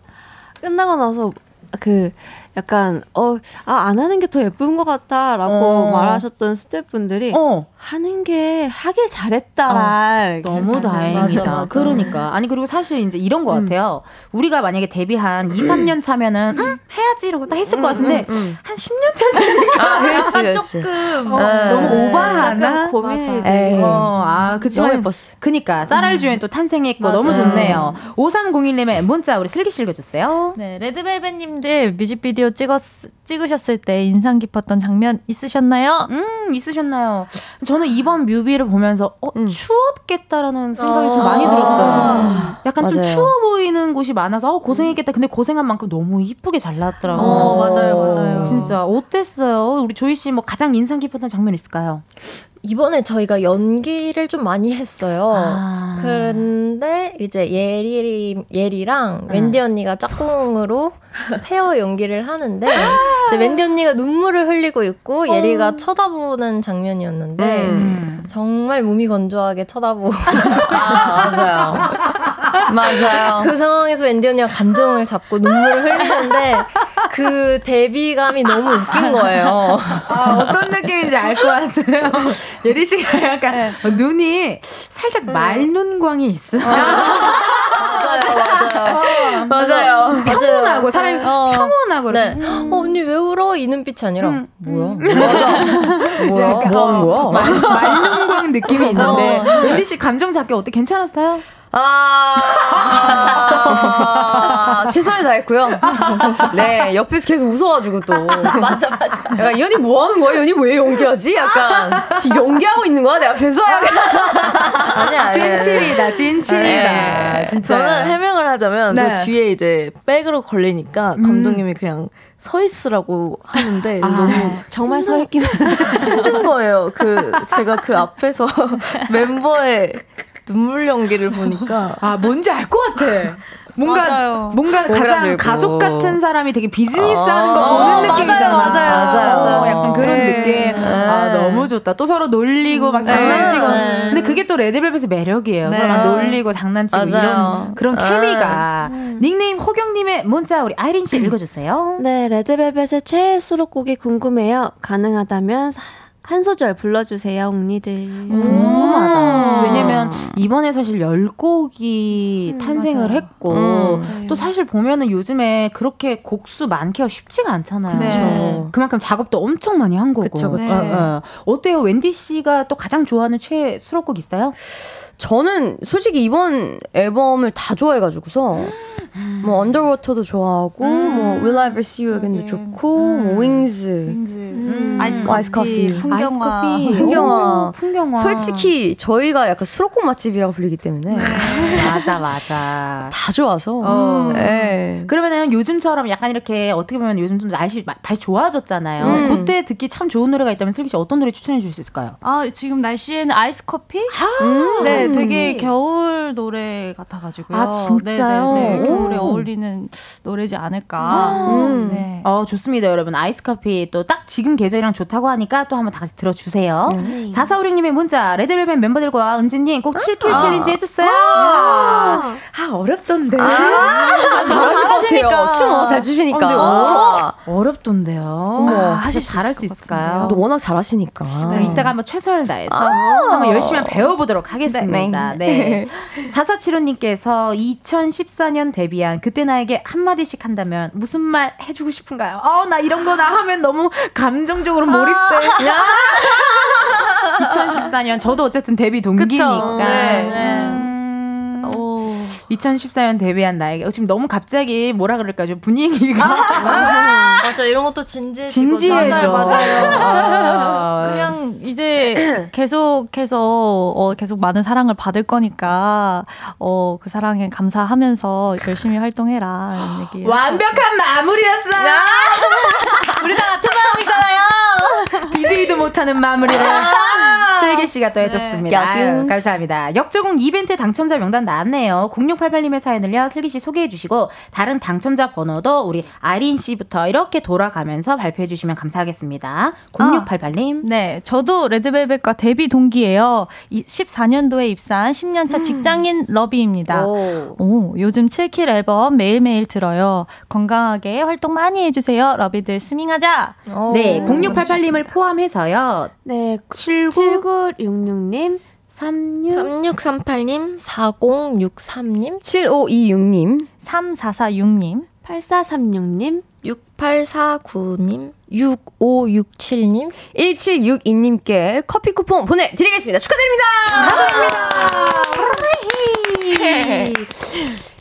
끝나고 나서 그 약간 어아안 하는 게 더 예쁜 것 같아라고 어. 말하셨던 스태프분들이 하는 게 하길 잘했다라 어, 너무 다행이다. 그러니까. 아니, 그리고 사실 이제 이런 거 같아요. 우리가 만약에 데뷔한 2, 3년 차면은, 응, 해야지, 이러고 딱 했을 것 같은데, 한 10년 차 되니까. 아, 그렇지, 그렇지. 어, 너무 오바하나? 약간 고민이 에이. 되게 어, 아, 그치만. 너무 예뻤어. 그니까, 쌀알 주엔 또 탄생했고, 너무 맞아요. 좋네요. 5301님의 문자, 우리 슬기 씨 읽어주세요. 네, 레드벨벳님들 뮤직비디오 찍었, 찍으셨을 때 인상 깊었던 장면 있으셨나요? 음, 있으셨나요? 저는 이번 뮤비를 보면서, 어, 추웠겠다라는 생각이 좀 많이 음. 아. 들었어요. 약간 좀 맞아요. 추워 보이는 곳이 많아서, 어, 고생했겠다. 근데 고생한 만큼 너무 이쁘게 잘 나왔더라고요. 어, 맞아요, 맞아요. 진짜, 어땠어요? 우리 조이 씨 뭐 가장 인상 깊었던 장면 있을까요? 이번에 저희가 연기를 좀 많이 했어요. 아. 그런데 이제 예리 예리랑 네. 웬디 언니가 짝꿍으로 페어 연기를 하는데 아. 이제 웬디 언니가 눈물을 흘리고 어. 있고 예리가 쳐다보는 장면이었는데 음. 정말 몸이 건조하게 쳐다보고 맞아요. 맞아요. 그 상황에서 웬디 언니가 감정을 잡고 눈물을 흘리는데 그 대비감이 너무 웃긴 거예요. 아, 어떤 느낌인지 알 것 같아요. 예리 씨가 약간 어, 눈이 살짝 말눈광이 있어. 어, 맞아요, 맞아요. 평온하고 사람이 어. 평온하고 음. 네. 어, 언니 왜 울어? 이 눈빛이 아니라 뭐야? 뭐야? 뭐 하는 거야? 말눈광 느낌이 있는데 어. 웬디 씨 감정 잡기 어때? 괜찮았어요? 아, 최선을 다했고요. 네, 옆에서 계속 웃어가지고 또. 맞아, 맞아. 약간 이 언니 뭐 하는 거야? 이 언니 왜 연기하지? 약간 지금 연기하고 있는 거야? 내 앞에서? 아니야. 진칠이다, 진칠이다. 네. 진짜. 저는 해명을 하자면 네. 음. 저 뒤에 이제 백으로 걸리니까 감독님이 그냥 서 있으라고 하는데 아, 너무 정말 서 있긴 힘든 거예요. 그 제가 그 앞에서 멤버의 눈물 연기를 보니까 아 뭔지 알 것 같아. 뭔가 뭔가 가장 가족 같은 사람이 되게 비즈니스하는 거 아, 보는 맞아요, 느낌이잖아. 맞아요. 맞아요. 약간 그런 네. 느낌. 아 너무 좋다. 또 서로 놀리고 막 네. 장난치고. 네. 근데 그게 또 레드벨벳의 매력이에요. 네. 그막 놀리고 장난치고 맞아요. 이런 그런 아. 케미가. 닉네임 호경님의 문자 우리 아이린 씨 읽어주세요. 네, 레드벨벳의 최애 수록곡이 궁금해요. 가능하다면 사- 한 소절 불러주세요, 언니들. 음, 궁금하다. 왜냐면 이번에 사실 열 곡이 탄생을 했고 또 사실 보면은 요즘에 그렇게 곡수 많기가 쉽지가 않잖아요. 그쵸. 네. 만큼 작업도 엄청 많이 한 거고. 그쵸, 그쵸. 어, 어. 어때요? 웬디 씨가 또 가장 좋아하는 최애 수록곡 있어요? 저는 솔직히 이번 앨범을 다 좋아해가지고서. 뭐, 언더워터도 좋아하고, 뭐, Will I Ever See You Again도 좋고, 뭐, Wings. 아이스 뭐, 아이스 커피, 커피. 풍경화. 아이스 커피. 풍경화. 오, 풍경화. 솔직히 저희가 약간 수록곡 맛집이라고 불리기 때문에. 네. 맞아, 맞아. 다 좋아서. 어. 네. 그러면은 요즘처럼 약간 이렇게 어떻게 보면 요즘 좀 날씨 마- 다시 좋아졌잖아요. 그때 듣기 참 좋은 노래가 있다면 슬기 씨 어떤 노래 추천해 주실 수 있을까요? 아, 지금 날씨에는 아이스 커피? 네, 아이스 되게 커피. 겨울 노래 같아가지고요. 음. 아, 진짜요? 네, 네, 네. 겨울에 오. 어울리는 노래지 않을까. 아, 네. 어, 좋습니다, 여러분. 아이스 커피 또 딱 지금 계절이랑 좋다고 하니까 또 한번 다 같이 들어주세요. 4456님의 문자, 레드벨벳 멤버들과 은진님 꼭 7킬 챌린지 해주세요. 아, 어렵던데. 아, 잘하실 것 같아요. 춤 워낙 잘 추시니까. 아, 근데 어렵- 어렵던데요. 아, 하실 잘할 수 있을까요? 너 워낙 잘하시니까. 네, 이따가 한번 최선을 다해서 어. 아. 한번 열심히 한번 배워보도록 하겠습니다. 네. 네. 4475님께서 2014년 데뷔한 그때 나에게 한마디씩 한다면 무슨 말 해주고 싶은가요? 어, 나 이런 거 나 하면 너무 감정적으로 아. 몰입돼. 2014년 저도 어쨌든 데뷔 동기니까. 그쵸. 네. 네. 오. 2014년 데뷔한 나에게 어, 지금 너무 갑자기 뭐라 그럴까 좀 분위기가 아. 맞아 이런 것도 진지해지고 진지해져. 아. 그냥 네, 이제 계속해서 어, 계속 많은 사랑을 받을 거니까 어, 그 사랑에 감사하면서 열심히 활동해라 이런 얘기. 완벽한 마무리였어요. 우리 다 같은 마음이잖아요. DJ도 못하는 마무리를 슬기 씨가 또 해줬습니다. 야근. 아유, 감사합니다. 역조공 이벤트 당첨자 명단 나왔네요. 0688님의 사연을요 슬기 씨 소개해주시고 다른 당첨자 번호도 우리 아린 씨부터 이렇게 돌아가면서 발표해주시면 감사하겠습니다. 0688님. 아. 네, 저도 레드벨벳과 데뷔 동기예요. 14년도에 입사한 10년차 직장인 러비입니다. 오. 요즘 7킬 앨범 매일매일 들어요. 건강하게 활동 많이 해주세요. 러비들 스밍하자. 네, 0688님을 포함해서요. 네, 7966님 3638님 4063님 7526님 3446님 8436님 6849님 6567님 1762님께 커피 쿠폰 보내드리겠습니다. 축하드립니다. 아, 네.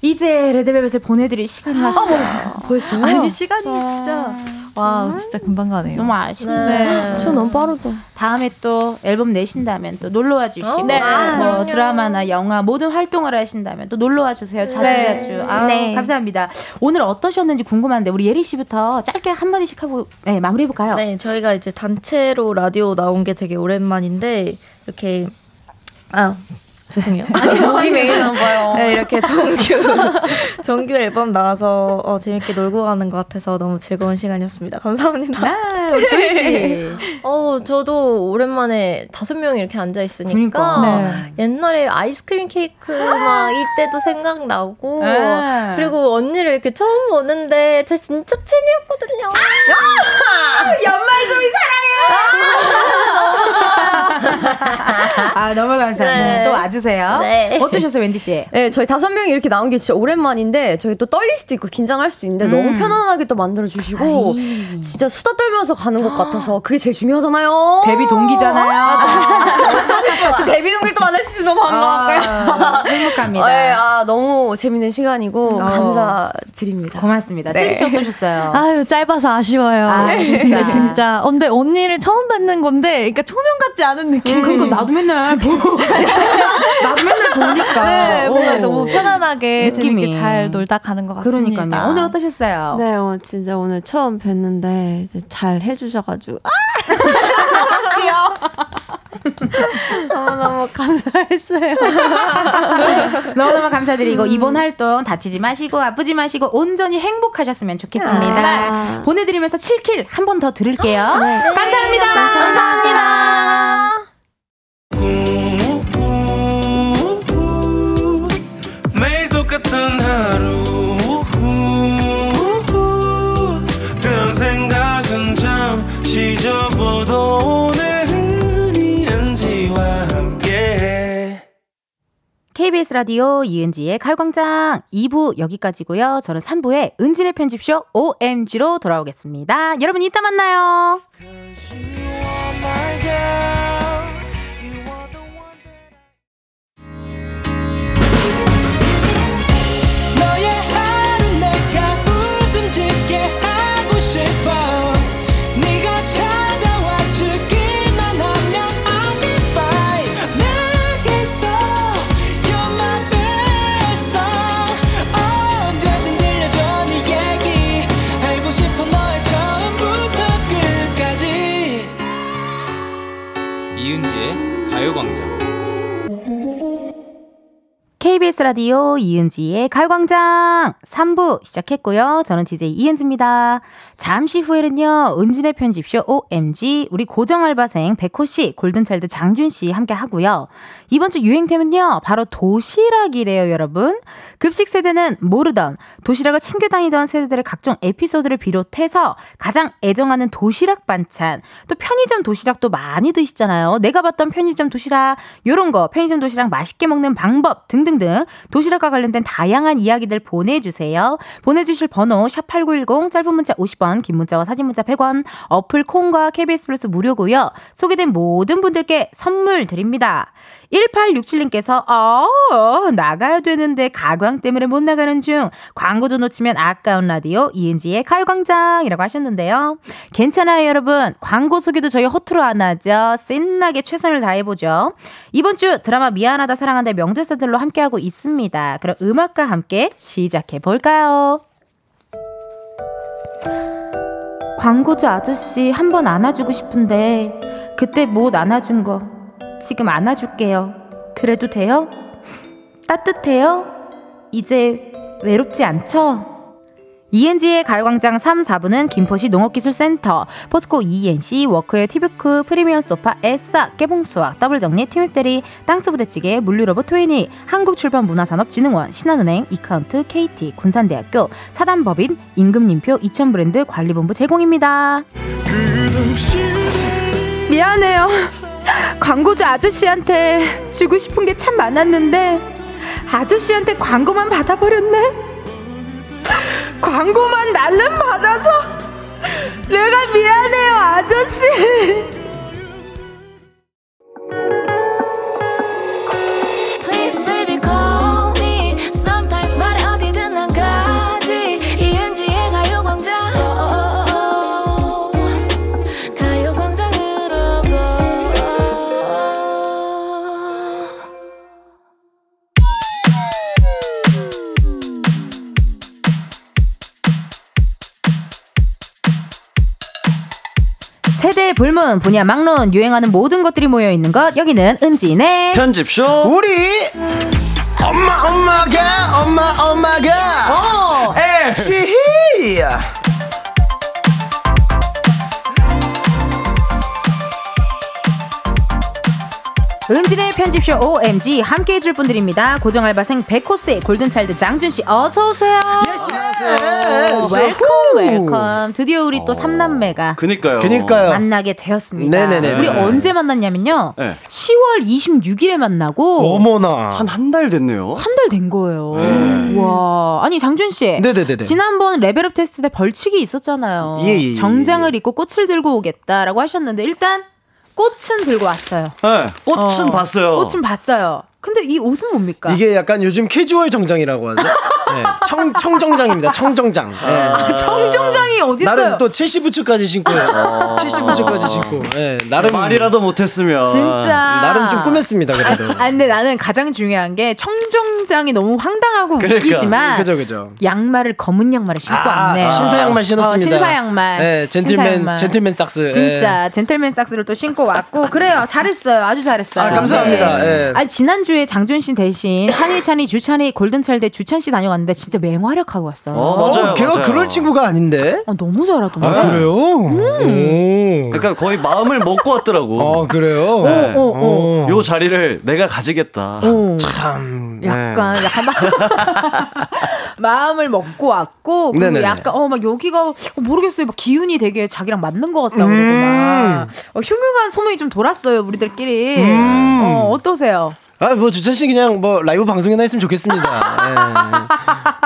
이제 레드벨벳을 보내드릴 시간이 왔어요. 벌써요? 아. 아니 시간이 진짜 와 진짜 금방 가네요. 너무 아쉽네. 네. 시간 너무 빠르다. 다음에 또 앨범 내신다면 또 놀러 와 주시고 어, 네. 아, 뭐 그럼요. 드라마나 영화 모든 활동을 하신다면 또 놀러 와 주세요. 자주 네. 자주. 아우, 네. 감사합니다. 오늘 어떠셨는지 궁금한데 우리 예리 씨부터 짧게 한 마디씩 하고 네, 마무리해 볼까요? 네, 저희가 이제 단체로 라디오 나온 게 되게 오랜만인데 이렇게 아 죄송해요. 목이 메이나 봐요. 네, 이렇게 정규 정규 앨범 나와서 어, 재밌게 놀고 가는 것 같아서 너무 즐거운 시간이었습니다. 감사합니다. 조희 아, 뭐 씨. 어, 저도 오랜만에 다섯 명이 이렇게 앉아 있으니까 그러니까. 네. 옛날에 아이스크림 케이크 막 이때도 생각나고 네. 그리고 언니를 이렇게 처음 보는데 저 진짜 팬이었거든요. 아! 연말 조이 아 너무 감사합니다. 네. 또 와주세요. 네. 어떠셨어요, 웬디 씨? 네, 저희 다섯 명이 이렇게 나온 게 진짜 오랜만인데 저희 또 떨릴 수도 있고 긴장할 수도 있는데 음. 너무 편안하게 또 만들어 주시고 진짜 수다 떨면서 가는 것 같아서 그게 제일 중요하잖아요. 데뷔 동기잖아요. 또 데뷔 동기를 또 만날 수 있어서 너무 반가웠고요. 행복합니다. 어. 네, 아, 너무 재밌는 시간이고 감사드립니다. 고맙습니다. 네. 아, 슬기 씨 어떠셨어요? 아유 짧아서 아쉬워요. 아, 진짜. 진짜. 진짜. 어, 근데 언니를 처음 뵙는 건데, 그러니까 초면 같지 않은 느낌. 그러니까 나도 맨날 보. 나도 맨날 보니까. 어. 네, 뭔가 오. 너무 편안하게 느낌이. 재밌게 잘 놀다 가는 것 같습니다. 그러니까요. 오늘 어떠셨어요? 네, 어, 진짜 오늘 처음 뵀는데 이제 잘 해주셔가지고 너무너무 감사했어요. 음. 너무너무 감사드리고 이번 활동 다치지 마시고 아프지 마시고 온전히 행복하셨으면 좋겠습니다. 아. 보내드리면서 7킬 한 번 더 들을게요. 네. 감사합니다. 매일 똑같은 하루 그런 생각은 잠시 접어도 오늘은 이은지와 함께 KBS 라디오 이은지의 칼광장 2부 여기까지고요. 저는 3부에 은진의 편집쇼 OMG로 돌아오겠습니다. 여러분 이따 만나요. 너의 하루 내가 웃음 짓게 하고 싶어 네가 찾아와 주기만 하면 I'll be fine 내게 있어 You're my best song 언제든 들려줘 네 얘기 알고 싶어 너의 처음부터 끝까지 이은지의 가요광장. KBS 라디오 이은지의 가요광장 3부 시작했고요. 저는 DJ 이은지입니다. 잠시 후에는요, 은진의 편집쇼 OMG, 우리 고정 알바생 백호 씨, 골든차일드 장준 씨 함께 하고요. 이번 주 유행템은요, 바로 도시락이래요, 여러분. 급식 세대는 모르던 도시락을 챙겨 다니던 세대들의 각종 에피소드를 비롯해서 가장 애정하는 도시락 반찬, 또 편의점 도시락도 많이 드시잖아요. 내가 봤던 편의점 도시락, 요런 거, 편의점 도시락 맛있게 먹는 방법 등등등 도시락과 관련된 다양한 이야기들 보내주세요. 보내주실 번호 샵8910 짧은 문자 50원 긴 문자와 사진 문자 100원 어플 콩과 KBS 플러스 무료고요. 소개된 모든 분들께 선물 드립니다. 1867님께서 어 나가야 되는데 가광 때문에 못 나가는 중 광고도 놓치면 아까운 라디오 이은지의 가요광장이라고 하셨는데요. 괜찮아요 여러분 광고 소개도 저희 허투루 안 하죠. 신나게 최선을 다해보죠. 이번 주 드라마 미안하다 사랑한다 명대사들로 함께하고 있습니다. 그럼 음악과 함께 시작해볼까요? 광고주 아저씨 한 번 안아주고 싶은데 그때 못 안아준 거 지금 안아줄게요. 그래도 돼요? 따뜻해요? 이제 외롭지 않죠? ENG의 가요광장 3, 4부는 김포시 농업기술센터, 포스코 ENC, 워크웨어 티브크, 프리미엄 소파, 에싸, 깨봉수학, 더블정리, 티물대리, 땅스부대찌개, 물류로봇 토이니, 한국출판문화산업진흥원, 신한은행, 이카운트, KT, 군산대학교, 사단법인, 임금님표, 이천브랜드 관리본부 제공입니다. 미안해요. 광고주 아저씨한테 주고 싶은 게 참 많았는데 아저씨한테 광고만 받아버렸네. 광고만 날름 받아서 내가 미안해요, 아저씨. Please baby call me Sometimes 말해 어디든 난 가지 이은지의 가요광장 가요광장으로 go 세대 불문, 분야 막론, 유행하는 모든 것들이 모여 있는 것. 여기는 은지네 편집쇼 우리 엄마 엄마가 엄마 엄마가 어. MC 네. 은진의 편집쇼 OMG 함께 해줄 분들입니다. 고정 알바생 백호스, 골든차일드 장준씨 어서오세요. yes. 웰컴, 웰컴. 드디어 우리 또 삼남매가. 그니까요. 그니까요. 만나게 되었습니다. 네네네. 우리 네. 언제 만났냐면요. 네. 10월 26일에 만나고. 어머나 한 한 달 됐네요 네. 한 달 된 거예요. 와, 아니 장준 씨, 네네네네. 지난번 레벨업 테스트 때 벌칙이 있었잖아요. 예, 예, 예, 정장을 입고 꽃을 들고 오겠다라고 하셨는데 일단 꽃은 들고 왔어요. 네, 꽃은 어, 봤어요 꽃은 봤어요. 근데 이 옷은 뭡니까? 이게 약간 요즘 캐주얼 정장이라고 하죠. 네. 청 청정장입니다. 청정장. 네. 아, 청정장이 어디 있어요? 나름 또 70부츠까지 신고요. 70부츠까지 신고. 예, 나름 어. 말이라도 못했으면 진짜. 나름 좀 꾸몄습니다. 그래도. 아, 아, 근데 나는 가장 중요한 게 청정장이 너무 황당하고 아, 그러니까. 웃기지만 그러니까. 그죠 그죠. 양말을 검은 양말을 신고 아, 왔네. 신사 양말 신었습니다. 어, 신사 양말. 네, 신사 젠틀맨 양말. 젠틀맨 삭스. 진짜 예. 젠틀맨 삭스를 또 신고 왔고 그래요 잘했어요 아주 잘했어요 아, 감사합니다. 예. 아 지난주에 장준 씨 대신 찬이 찬이 주찬이 골든차일드 주찬 씨 다녀갔는데 진짜 맹활약하고 왔어요 어, 걔가 그럴 친구가 아닌데. 너무 잘하던데 아, 그래요? 음. 그러니까 거의 마음을 먹고 왔더라고 아 그래요? 네. 오, 오, 요 자리를 내가 가지겠다 오. 참 어, 네. 약간 약간 마- 마음을 먹고 왔고 그리고 네네네. 약간 어 막 여기가 어, 모르겠어요 막 기운이 되게 자기랑 맞는 것 같다 그러고 막 어, 흉흉한 소문이 좀 돌았어요 우리들끼리 어, 어떠세요? 아뭐 주찬 씨 그냥 뭐 라이브 방송이나 했으면 좋겠습니다.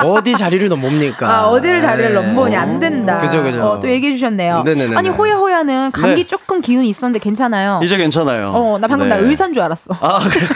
예. 어디 자리를 넘봅니까? 아, 어디를 자리를 예. 넘보니 안 된다. 그죠, 그죠. 어, 또 얘기해 주셨네요. 네네네네. 아니 호야호야는 감기 네. 조금 기운이 있었는데 괜찮아요. 이제 괜찮아요 어, 나 방금 네. 나 의사인 줄 알았어. 아 그래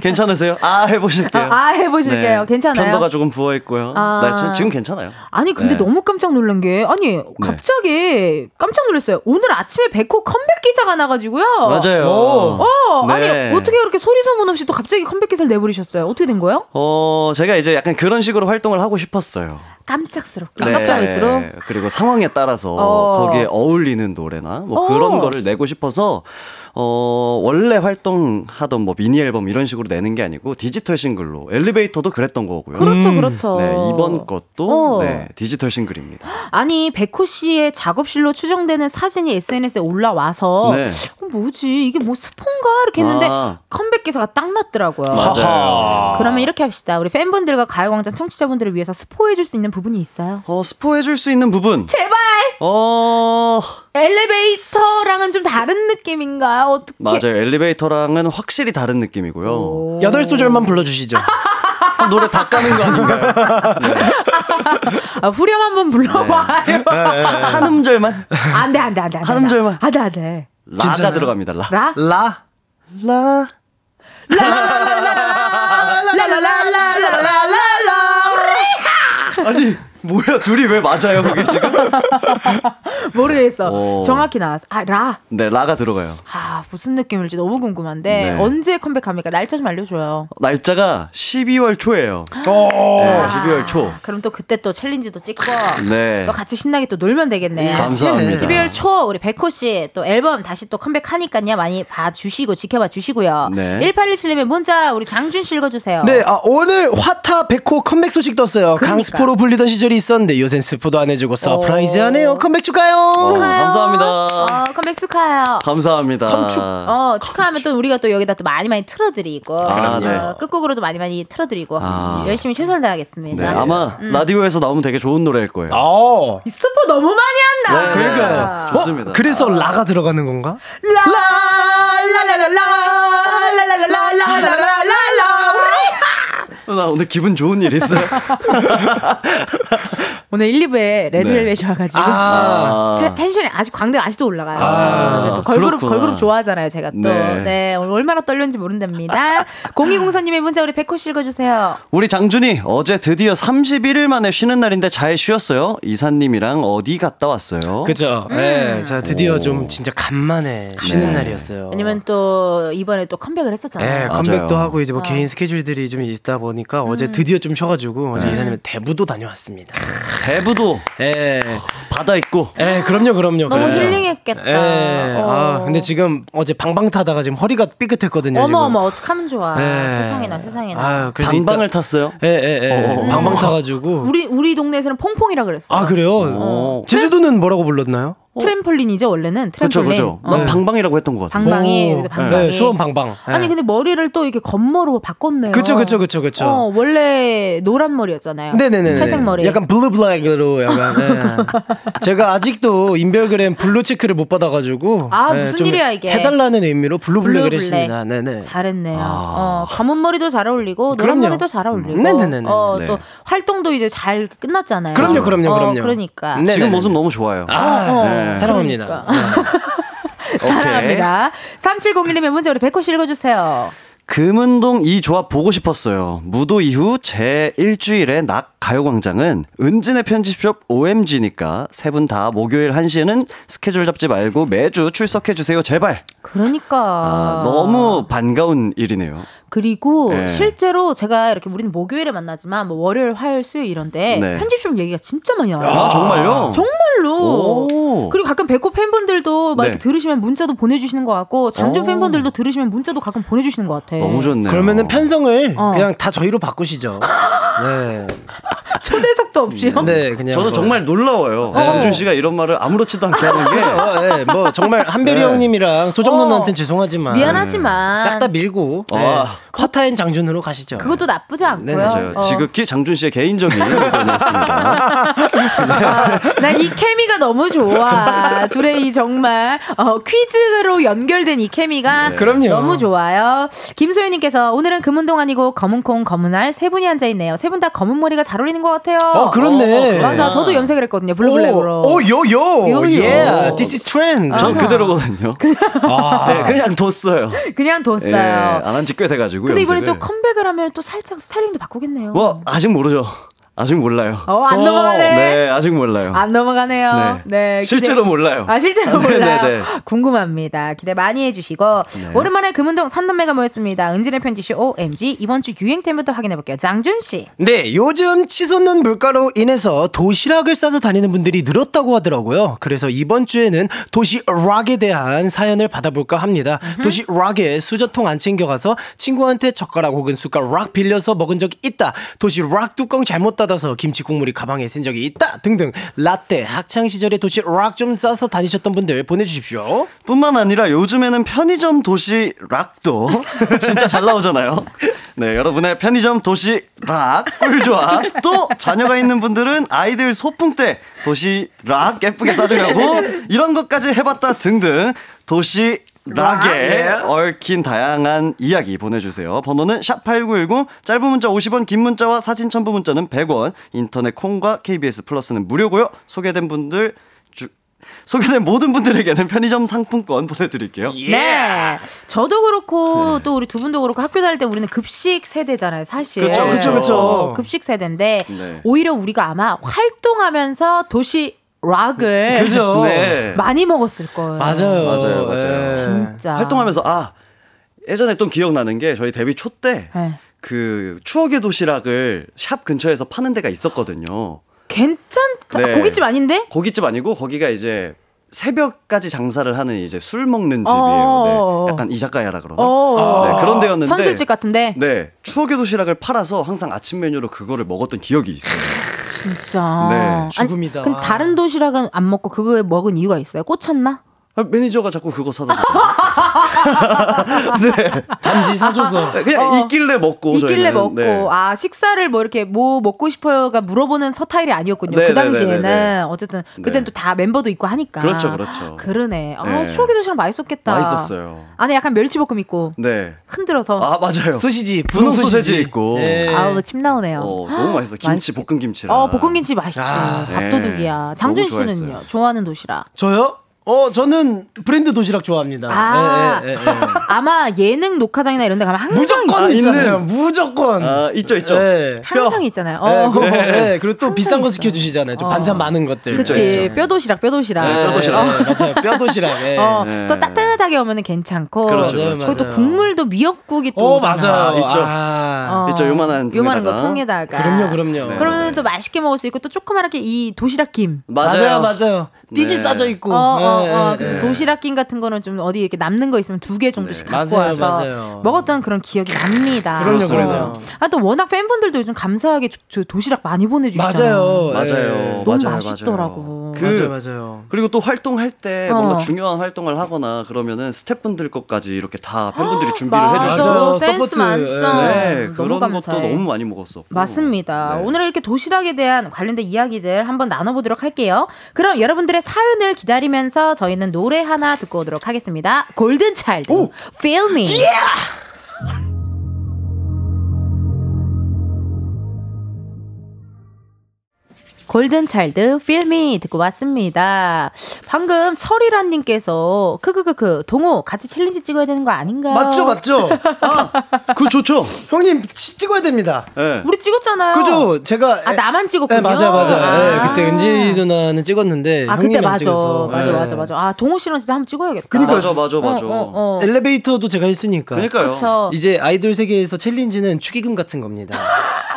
괜찮으세요? 아 해보실게요 네. 아, 아, 해보실게요. 괜찮아요? 편도가 조금 부어있고요 아. 나 지- 지금 괜찮아요 아니 근데 네. 너무 깜짝 놀란 게 아니 갑자기 깜짝 놀랐어요. 오늘 아침에 백호 컴백 기사가 나가지고요. 맞아요. 어, 어, 네. 아니 어떻게 그렇게 소리 소문 없이 또 갑자기 컴백 기사를 내버리셨어요? 어떻게 된 거예요? 어, 제가 이제 약간 그런 식으로 활동을 하고 싶었어요. 아, 깜짝스럽게 네. 깜짝일수록 그리고 상황에 따라서 어. 거기에 어울리는 노래나 뭐 어. 그런 거를 내고 싶어서 어, 원래 활동하던 뭐 미니 앨범 이런 식으로 내는 게 아니고 디지털 싱글로 엘리베이터도 그랬던 거고요. 그렇죠, 음. 그렇죠. 네, 이번 것도 어. 네, 디지털 싱글입니다. 아니 백호 씨의 작업실로 추정되는 사진이 SNS에 올라와서 네. 어, 뭐지 이게 뭐 스폰가 이렇게 했는데 아. 컴백 기사가 딱 났더라고요. 맞아요. 그러면 이렇게 합시다. 우리 팬분들과 가요광장 청취자분들을 위해서 스포해줄 수 있는 부분이 있어요. 어 스포해줄 수 있는 부분. 제발 어 엘리베이터랑은 좀 다른 느낌인가요? 어떻게? 맞아요. 엘리베이터랑은 확실히 다른 느낌이고요. 여덟 소절만 불러주시죠. 그럼 노래 다 까는 거 아닌가요? 네, 아, 후렴 한번 불러봐요. 한 음절만? 안 돼, 안 돼, 안 돼. 한 음절만? 안 돼, 안 돼. 라가 들어갑니다. 라. 라? 라? 라. 아니 뭐야 둘이 왜 맞아요 그게 지금? 모르겠어. 오. 정확히 나왔어. 아, 라. 네 라가 들어가요. 아, 무슨 느낌일지 너무 궁금한데 네. 언제 컴백합니까? 날짜 좀 알려줘요. 날짜가 12월 초예요. 어. 네, 12월 초. 그럼 또 그때 또 챌린지도 찍고 네. 또 같이 신나게 또 놀면 되겠네. 예, 감사합니다. 12월 초 우리 백호 씨 또 앨범 다시 또 컴백하니까요. 많이 봐주시고 지켜봐 주시고요. 네. 1817님의 문자 우리 장준 씨 읽어주세요. 네, 아, 오늘 화타 백호 컴백 소식 떴어요. 그러니까. 강스포로 불리던 시절이 있었는데 요샌 스포도 안 해주고 서프라이즈 하네요. 컴백 축하요. 감사합니다. 어, 컴백 축하해요. 어, 감사합니다. 어, 축하하면 또 우리가 또 여기다 또 많이 많이 틀어드리고 아, 네. 어, 끝곡으로도 많이 많이 틀어드리고 아. 열심히 최선을 네, 다하겠습니다. 아마 음. 라디오에서 나오면 되게 좋은 노래일 거예요. 네. 이 스포 너무 많이 한다. 아. 그러니까요. 좋습니다. 아. 어, 그래서 라가 들어가는 건가? 어, 나 오늘 기분 좋은 일 있어요. 오늘 1, 2부에 레드벨벳이 네. 와가지고 아. 테- 텐션이 아주 광대가 아직도 올라가요. 아, 네, 또 걸그룹 그렇구나. 걸그룹 좋아하잖아요, 제가 또. 네. 네. 오늘 얼마나 떨렸는지 모른답니다. 0204님의 문자 우리 백호 씨 읽어주세요. 우리 장준이 어제 드디어 31일 만에 쉬는 날인데 잘 쉬었어요. 이사님이랑 어디 갔다 왔어요? 그죠. 음. 네, 자 드디어 좀 진짜 간만에 쉬는 네. 날이었어요. 왜냐면 또 이번에 또 컴백을 네, 했었잖아요. 음. 컴백도 하고 이제 뭐 어. 개인 스케줄들이 좀 있다 보니까 어제 드디어 좀 쉬어가지고 어제 네. 이사님 대부도 다녀왔습니다. 대부도. 예. 바다 있고. 예, 그럼요, 그럼요. 너무 그럼요. 힐링했겠다. 예. 아, 어. 근데 지금 어제 방방 타다가 지금 허리가 삐끗했거든요. 어머 지금. 어머 어떡하면 좋아. 네. 세상에나 세상에나. 아, 그래서 방방을 탔어요? 예, 예, 예. 어. 방방 타가지고. 우리 우리 동네에서는 퐁퐁이라 그랬어. 아, 그래요? 제주도는 뭐라고 불렀나요? 트램폴린이죠 원래는 어. 그쵸, 트램폴린. 그쵸. 어. 네. 난 방방이라고 했던 것 같아요. 방방이, 여기도 방방이. 네. 네, 수원 방방. 예. 아니 근데 머리를 또 이렇게 겉머로 바꿨네요. 그쵸, 그쵸, 그쵸, 그쵸. 어, 원래 노란 머리였잖아요. 네네네. 탈색 머리. 약간 블루 블랙으로 약간. 예. 제가 아직도 인별그램 블루 체크를 못 받아가지고. 아, 예, 무슨 좀 일이야, 이게. 해달라는 의미로 블루 블랙을 블루 블랙. 했습니다. 네네. 잘했네요. 어, 검은 머리도 잘 어울리고 노란 아. 그럼요. 머리도 잘 어울리고. 음, 네네네네. 어, 네. 또 활동도 이제 잘 끝났잖아요. 그럼요, 그럼요, 어, 그럼요. 그러니까. 지금 모습 너무 좋아요. 아, 어, 네. 어. 사랑합니다. 사랑합니다. 3701님의 문제 우리 백호 씨 읽어주세요. 금은동 이 조합 보고 싶었어요. 무도 이후 제 일주일의 낙 가요광장은 은진의 편집숍 OMG니까 세 분 다 목요일 1시에는 스케줄 잡지 말고 매주 출석해주세요. 제발. 그러니까. 아, 너무 반가운 일이네요. 그리고 네. 실제로 제가 이렇게 우리는 목요일에 만나지만 뭐 월요일, 화요일, 수요일 이런데 네. 편집점 얘기가 진짜 많이 나와요. 아, 정말요? 정말로. 오. 그리고 가끔 배꼽 팬분들도 막 네. 이렇게 들으시면 문자도 보내주시는 것 같고 장준 오. 팬분들도 들으시면 문자도 가끔 보내주시는 것 같아. 그러면은 편성을 어. 그냥 다 저희로 바꾸시죠. 네. 초대석도 없이요? 네, 그냥. 저도 뭐. 정말 놀라워요. 네. 장준 씨가 이런 말을 아무렇지도 않게 하는 게. 그죠? 예, 뭐 정말 한별이 네. 형님이랑 소정 어. 누나한테 죄송하지만 미안하지만. 싹 다 밀고 예, 아. 화타인 장준으로 가시죠. 그것도 나쁘지 네, 않고요. 맞아요. 어. 지극히 장준 씨의 개인적인 의견이었습니다. 난 이 케미가 너무 좋아. 둘의 이 정말 어, 퀴즈로 연결된 이 케미가 네. 그럼요. 너무 좋아요. 김소연님께서 오늘은 금은동 아니고 검은콩 검은알 세 분이 앉아 있네요. 세 분 다 검은 머리가 잘 어울리는 것 같아요. 어, 그렇네. 맞아, 저도 염색을 했거든요. 블루블랙으로. 오, 오, 요, 요. 요, 요. Yeah, this is trend. 아. 전 그대로거든요. 아. 네, 그냥 뒀어요. 그냥 뒀어요. 예, 안한 지 꽤 돼가지고. 근데 이번에 또 염색을. 컴백을 하면 또 살짝 스타일링도 바꾸겠네요. 뭐 아직 모르죠. 아직 몰라요. 어, 안 넘어가네. 네, 아직 몰라요. 안 넘어가네요. 네. 기대- 실제로 몰라요. 아, 실제로 네, 몰라요. 네, 네. 궁금합니다. 기대 많이 해주시고. 네. 오랜만에 금은동 산남매가 모였습니다. 은진의 편지쇼 OMG. 이번 주 유행템부터 확인해볼게요. 장준씨. 네, 요즘 치솟는 물가로 인해서 도시락을 싸서 다니는 분들이 늘었다고 하더라고요. 그래서 이번 주에는 도시락에 대한 사연을 받아볼까 합니다. 도시락에 수저통 안 챙겨가서 친구한테 젓가락 혹은 숟가락 빌려서 먹은 적이 있다. 도시락 뚜껑 잘못 닫아서 김치 국물이 가방에 쓴 적이 있다. 등등. 라떼 학창 시절에 도시락 좀 싸서 다니셨던 분들 보내주십시오. 뿐만 아니라 요즘에는 편의점 도시 락도 진짜 잘 나오잖아요. 네, 여러분의 편의점 도시 락 꿀조합 또 자녀가 있는 분들은 아이들 소풍 때 도시 락 예쁘게 싸주려고 이런 것까지 해봤다 등등 도시 락에 얽힌 다양한 이야기 보내주세요. 번호는 샵8910, 짧은 문자 50원, 긴 문자와 사진 첨부 문자는 100원, 인터넷 콩과 KBS 플러스는 무료고요. 소개된 분들, 주, 소개된 모든 분들에게는 편의점 상품권 보내드릴게요. 네. 저도 그렇고 네. 또 우리 두 분도 그렇고 학교 다닐 때 우리는 급식 세대잖아요, 사실. 그쵸, 그쵸, 그쵸. 어, 급식 세대인데 네. 오히려 우리가 아마 활동하면서 도시 락을 그죠. 네. 많이 먹었을 거예요. 맞아요, 맞아요. 예. 진짜. 활동하면서, 아, 예전에 또 기억나는 게 저희 데뷔 초 때 그 네. 추억의 도시락을 샵 근처에서 파는 데가 있었거든요. 괜찮다. 네. 아, 고깃집 아닌데? 고깃집 아니고 거기가 이제 새벽까지 장사를 하는 이제 술 먹는 집이에요. 어어어. 네. 약간 이자카야라 그러나? 어. 네, 그런 데였는데 선술집 같은데. 네. 추억의 도시락을 팔아서 항상 아침 메뉴로 그거를 먹었던 기억이 있어요. 진짜. 네, 죽음이다. 아니, 근데 다른 도시락은 안 먹고 그거 먹은 이유가 있어요? 꽂혔나? 아, 아, 매니저가 자꾸 그거 사다 줘. 네. 반지 사줘서. 그냥 있길래 먹고 어. 있길래 저희는. 먹고 네. 아 식사를 뭐 이렇게 뭐 먹고 싶어요가 물어보는 서타일이 아니었군요. 네, 네, 그 네, 당시에는 네, 네. 어쨌든 네. 그때는 또 다 멤버도 있고 하니까 그렇죠, 그렇죠. 러네 아, 네. 추억의 도시락 맛있었겠다. 맛있었어요. 안에 약간 멸치볶음 있고 네. 흔들어서 아, 맞아요. 소시지, 분홍 분홍 소시지. 소세지 있고. 네. 아우 침 나오네요. 어, 너무 맛있어. 김치 볶음 김치랑. 어 볶음김치 맛있지. 아, 네. 밥도둑이야. 장준 너무 좋아했어요. 씨는요. 좋아하는 도시락. 저요? 어, 저는 브랜드 도시락 좋아합니다. 아. 예, 예, 예, 예. 아마 예능 녹화장이나 이런 데 가면 항상 무조건 있- 있잖아요. 무조건. 아, 있죠, 있죠. 항상 있잖아요. 어. 예, 그리고, 예, 그리고 또 비싼 거 시켜주시잖아요. 좀 어. 반찬 많은 것들. 그치 뼈 도시락 뼈 도시락. 예, 그렇죠, 뼈 도시락. 어. 예, 맞아요. 뼈 도시락. 예. 어, 또 따뜻하게 오면은 괜찮고 그렇죠, 거기 맞아요, 또 맞아요. 국물도 미역국이 또 어, 오잖아. 맞아요. 있죠. 아. 어. 있죠. 요만한 요만한 통에다가. 거 그럼요, 통에다가 그럼요. 러면또 맛있게 먹을 수 있고 또 조그맣게 이 도시락 김 맞아요, 맞아요. 띠지 네. 싸져 있고. 어, 어, 어. 예, 그래서 예. 네. 도시락 김 같은 거는 좀 어디 이렇게 남는 거 있으면 두 개 정도씩 갖고 맞아요, 와서 맞아요. 먹었던 그런 기억이 납니다. 그렇습니다. 아또 워낙 팬분들도 요즘 감사하게 조- 저 도시락 많이 보내주시잖아요. 맞아요. 맞아요. 예. 너무 맞아요, 맛있더라고. 그- 맞아요, 맞아요. 그리고 또 활동할 때 어. 뭔가 중요한 활동을 하거나 그러면은 스태프분들 것까지 이렇게 다 팬분들이 준비를 맞아. 해주셔서 맞아요. 센스 서포트. 만점. 네, 너무 그런 것도 감사해. 너무 많이 먹었어. 음. 맞습니다. 네. 오늘 이렇게 도시락에 대한 관련된 이야기들 한번 나눠보도록 할게요. 그럼 여러분들의 사연을 기다리면서 저희는 노래 하나 듣고 오도록 하겠습니다. 골든차일드, Feel Me. 골든차일드 필미 듣고 왔습니다. 방금 설이란님께서 크크크크 동호 같이 챌린지 찍어야 되는 거 아닌가요? 맞죠, 맞죠. 아, 그거 좋죠. 형님, 치- 찍어야 됩니다. 예. 우리 찍었잖아요. 그죠? 제가. 아 나만 예, 찍었군요. 맞아요, 맞아요. 예, 아. 그때 은지 누나는 찍었는데. 아 형님이 그때 안 맞아 찍어서. 맞아 예. 맞아 맞아 아 동호 씨랑 진짜 한번 찍어야겠다 그니까 맞아, 맞아, 맞아. 어, 어, 어. 네. 엘리베이터도 제가 했으니까. 그러니까요. 그쵸. 이제 아이돌 세계에서 챌린지는 축의금 같은 겁니다.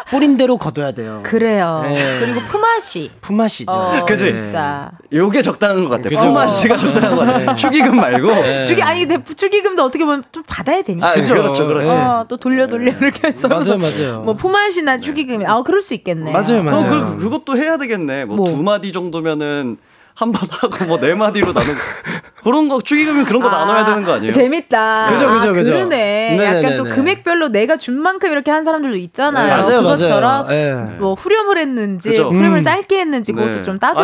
뿌린 대로 거둬야 돼요. 그래요 예. 어. 그리고 품앗이 품맛이죠. 네. 어, 그지? 진짜 요게 적당한 것 같아요. 그죠? 네. 품맛 씨가 적당한 것 같아요. 축의금 말고. 주기 아니 근데 부추기금도 어떻게 보면 좀 받아야 되니까 아, 그죠. 그렇죠, 그렇죠. 어, 또 돌려 돌려 이렇게 해서 네. 맞아요, 맞아요. 뭐 품앗이나 축의금 아 그럴 수 있겠네 맞아요, 맞아요. 어, 네. 그, 그것도 해야 되겠네. 뭐 두 마디 정도면은 한 번 하고 뭐 네 마디로 나누고 그런 거 축의금이 그런 거 나눠야 되는 거 아니에요? 재밌다. 그죠, 그죠, 아, 그죠. 그러네. 네네네네. 약간 또 금액별로 내가 준 만큼 이렇게 한 사람들도 있잖아요. 네, 맞아요, 그것처럼 맞아요. 예. 뭐 후렴을 했는지, 그죠. 후렴을 음. 짧게 했는지 그것도 네. 좀 아니,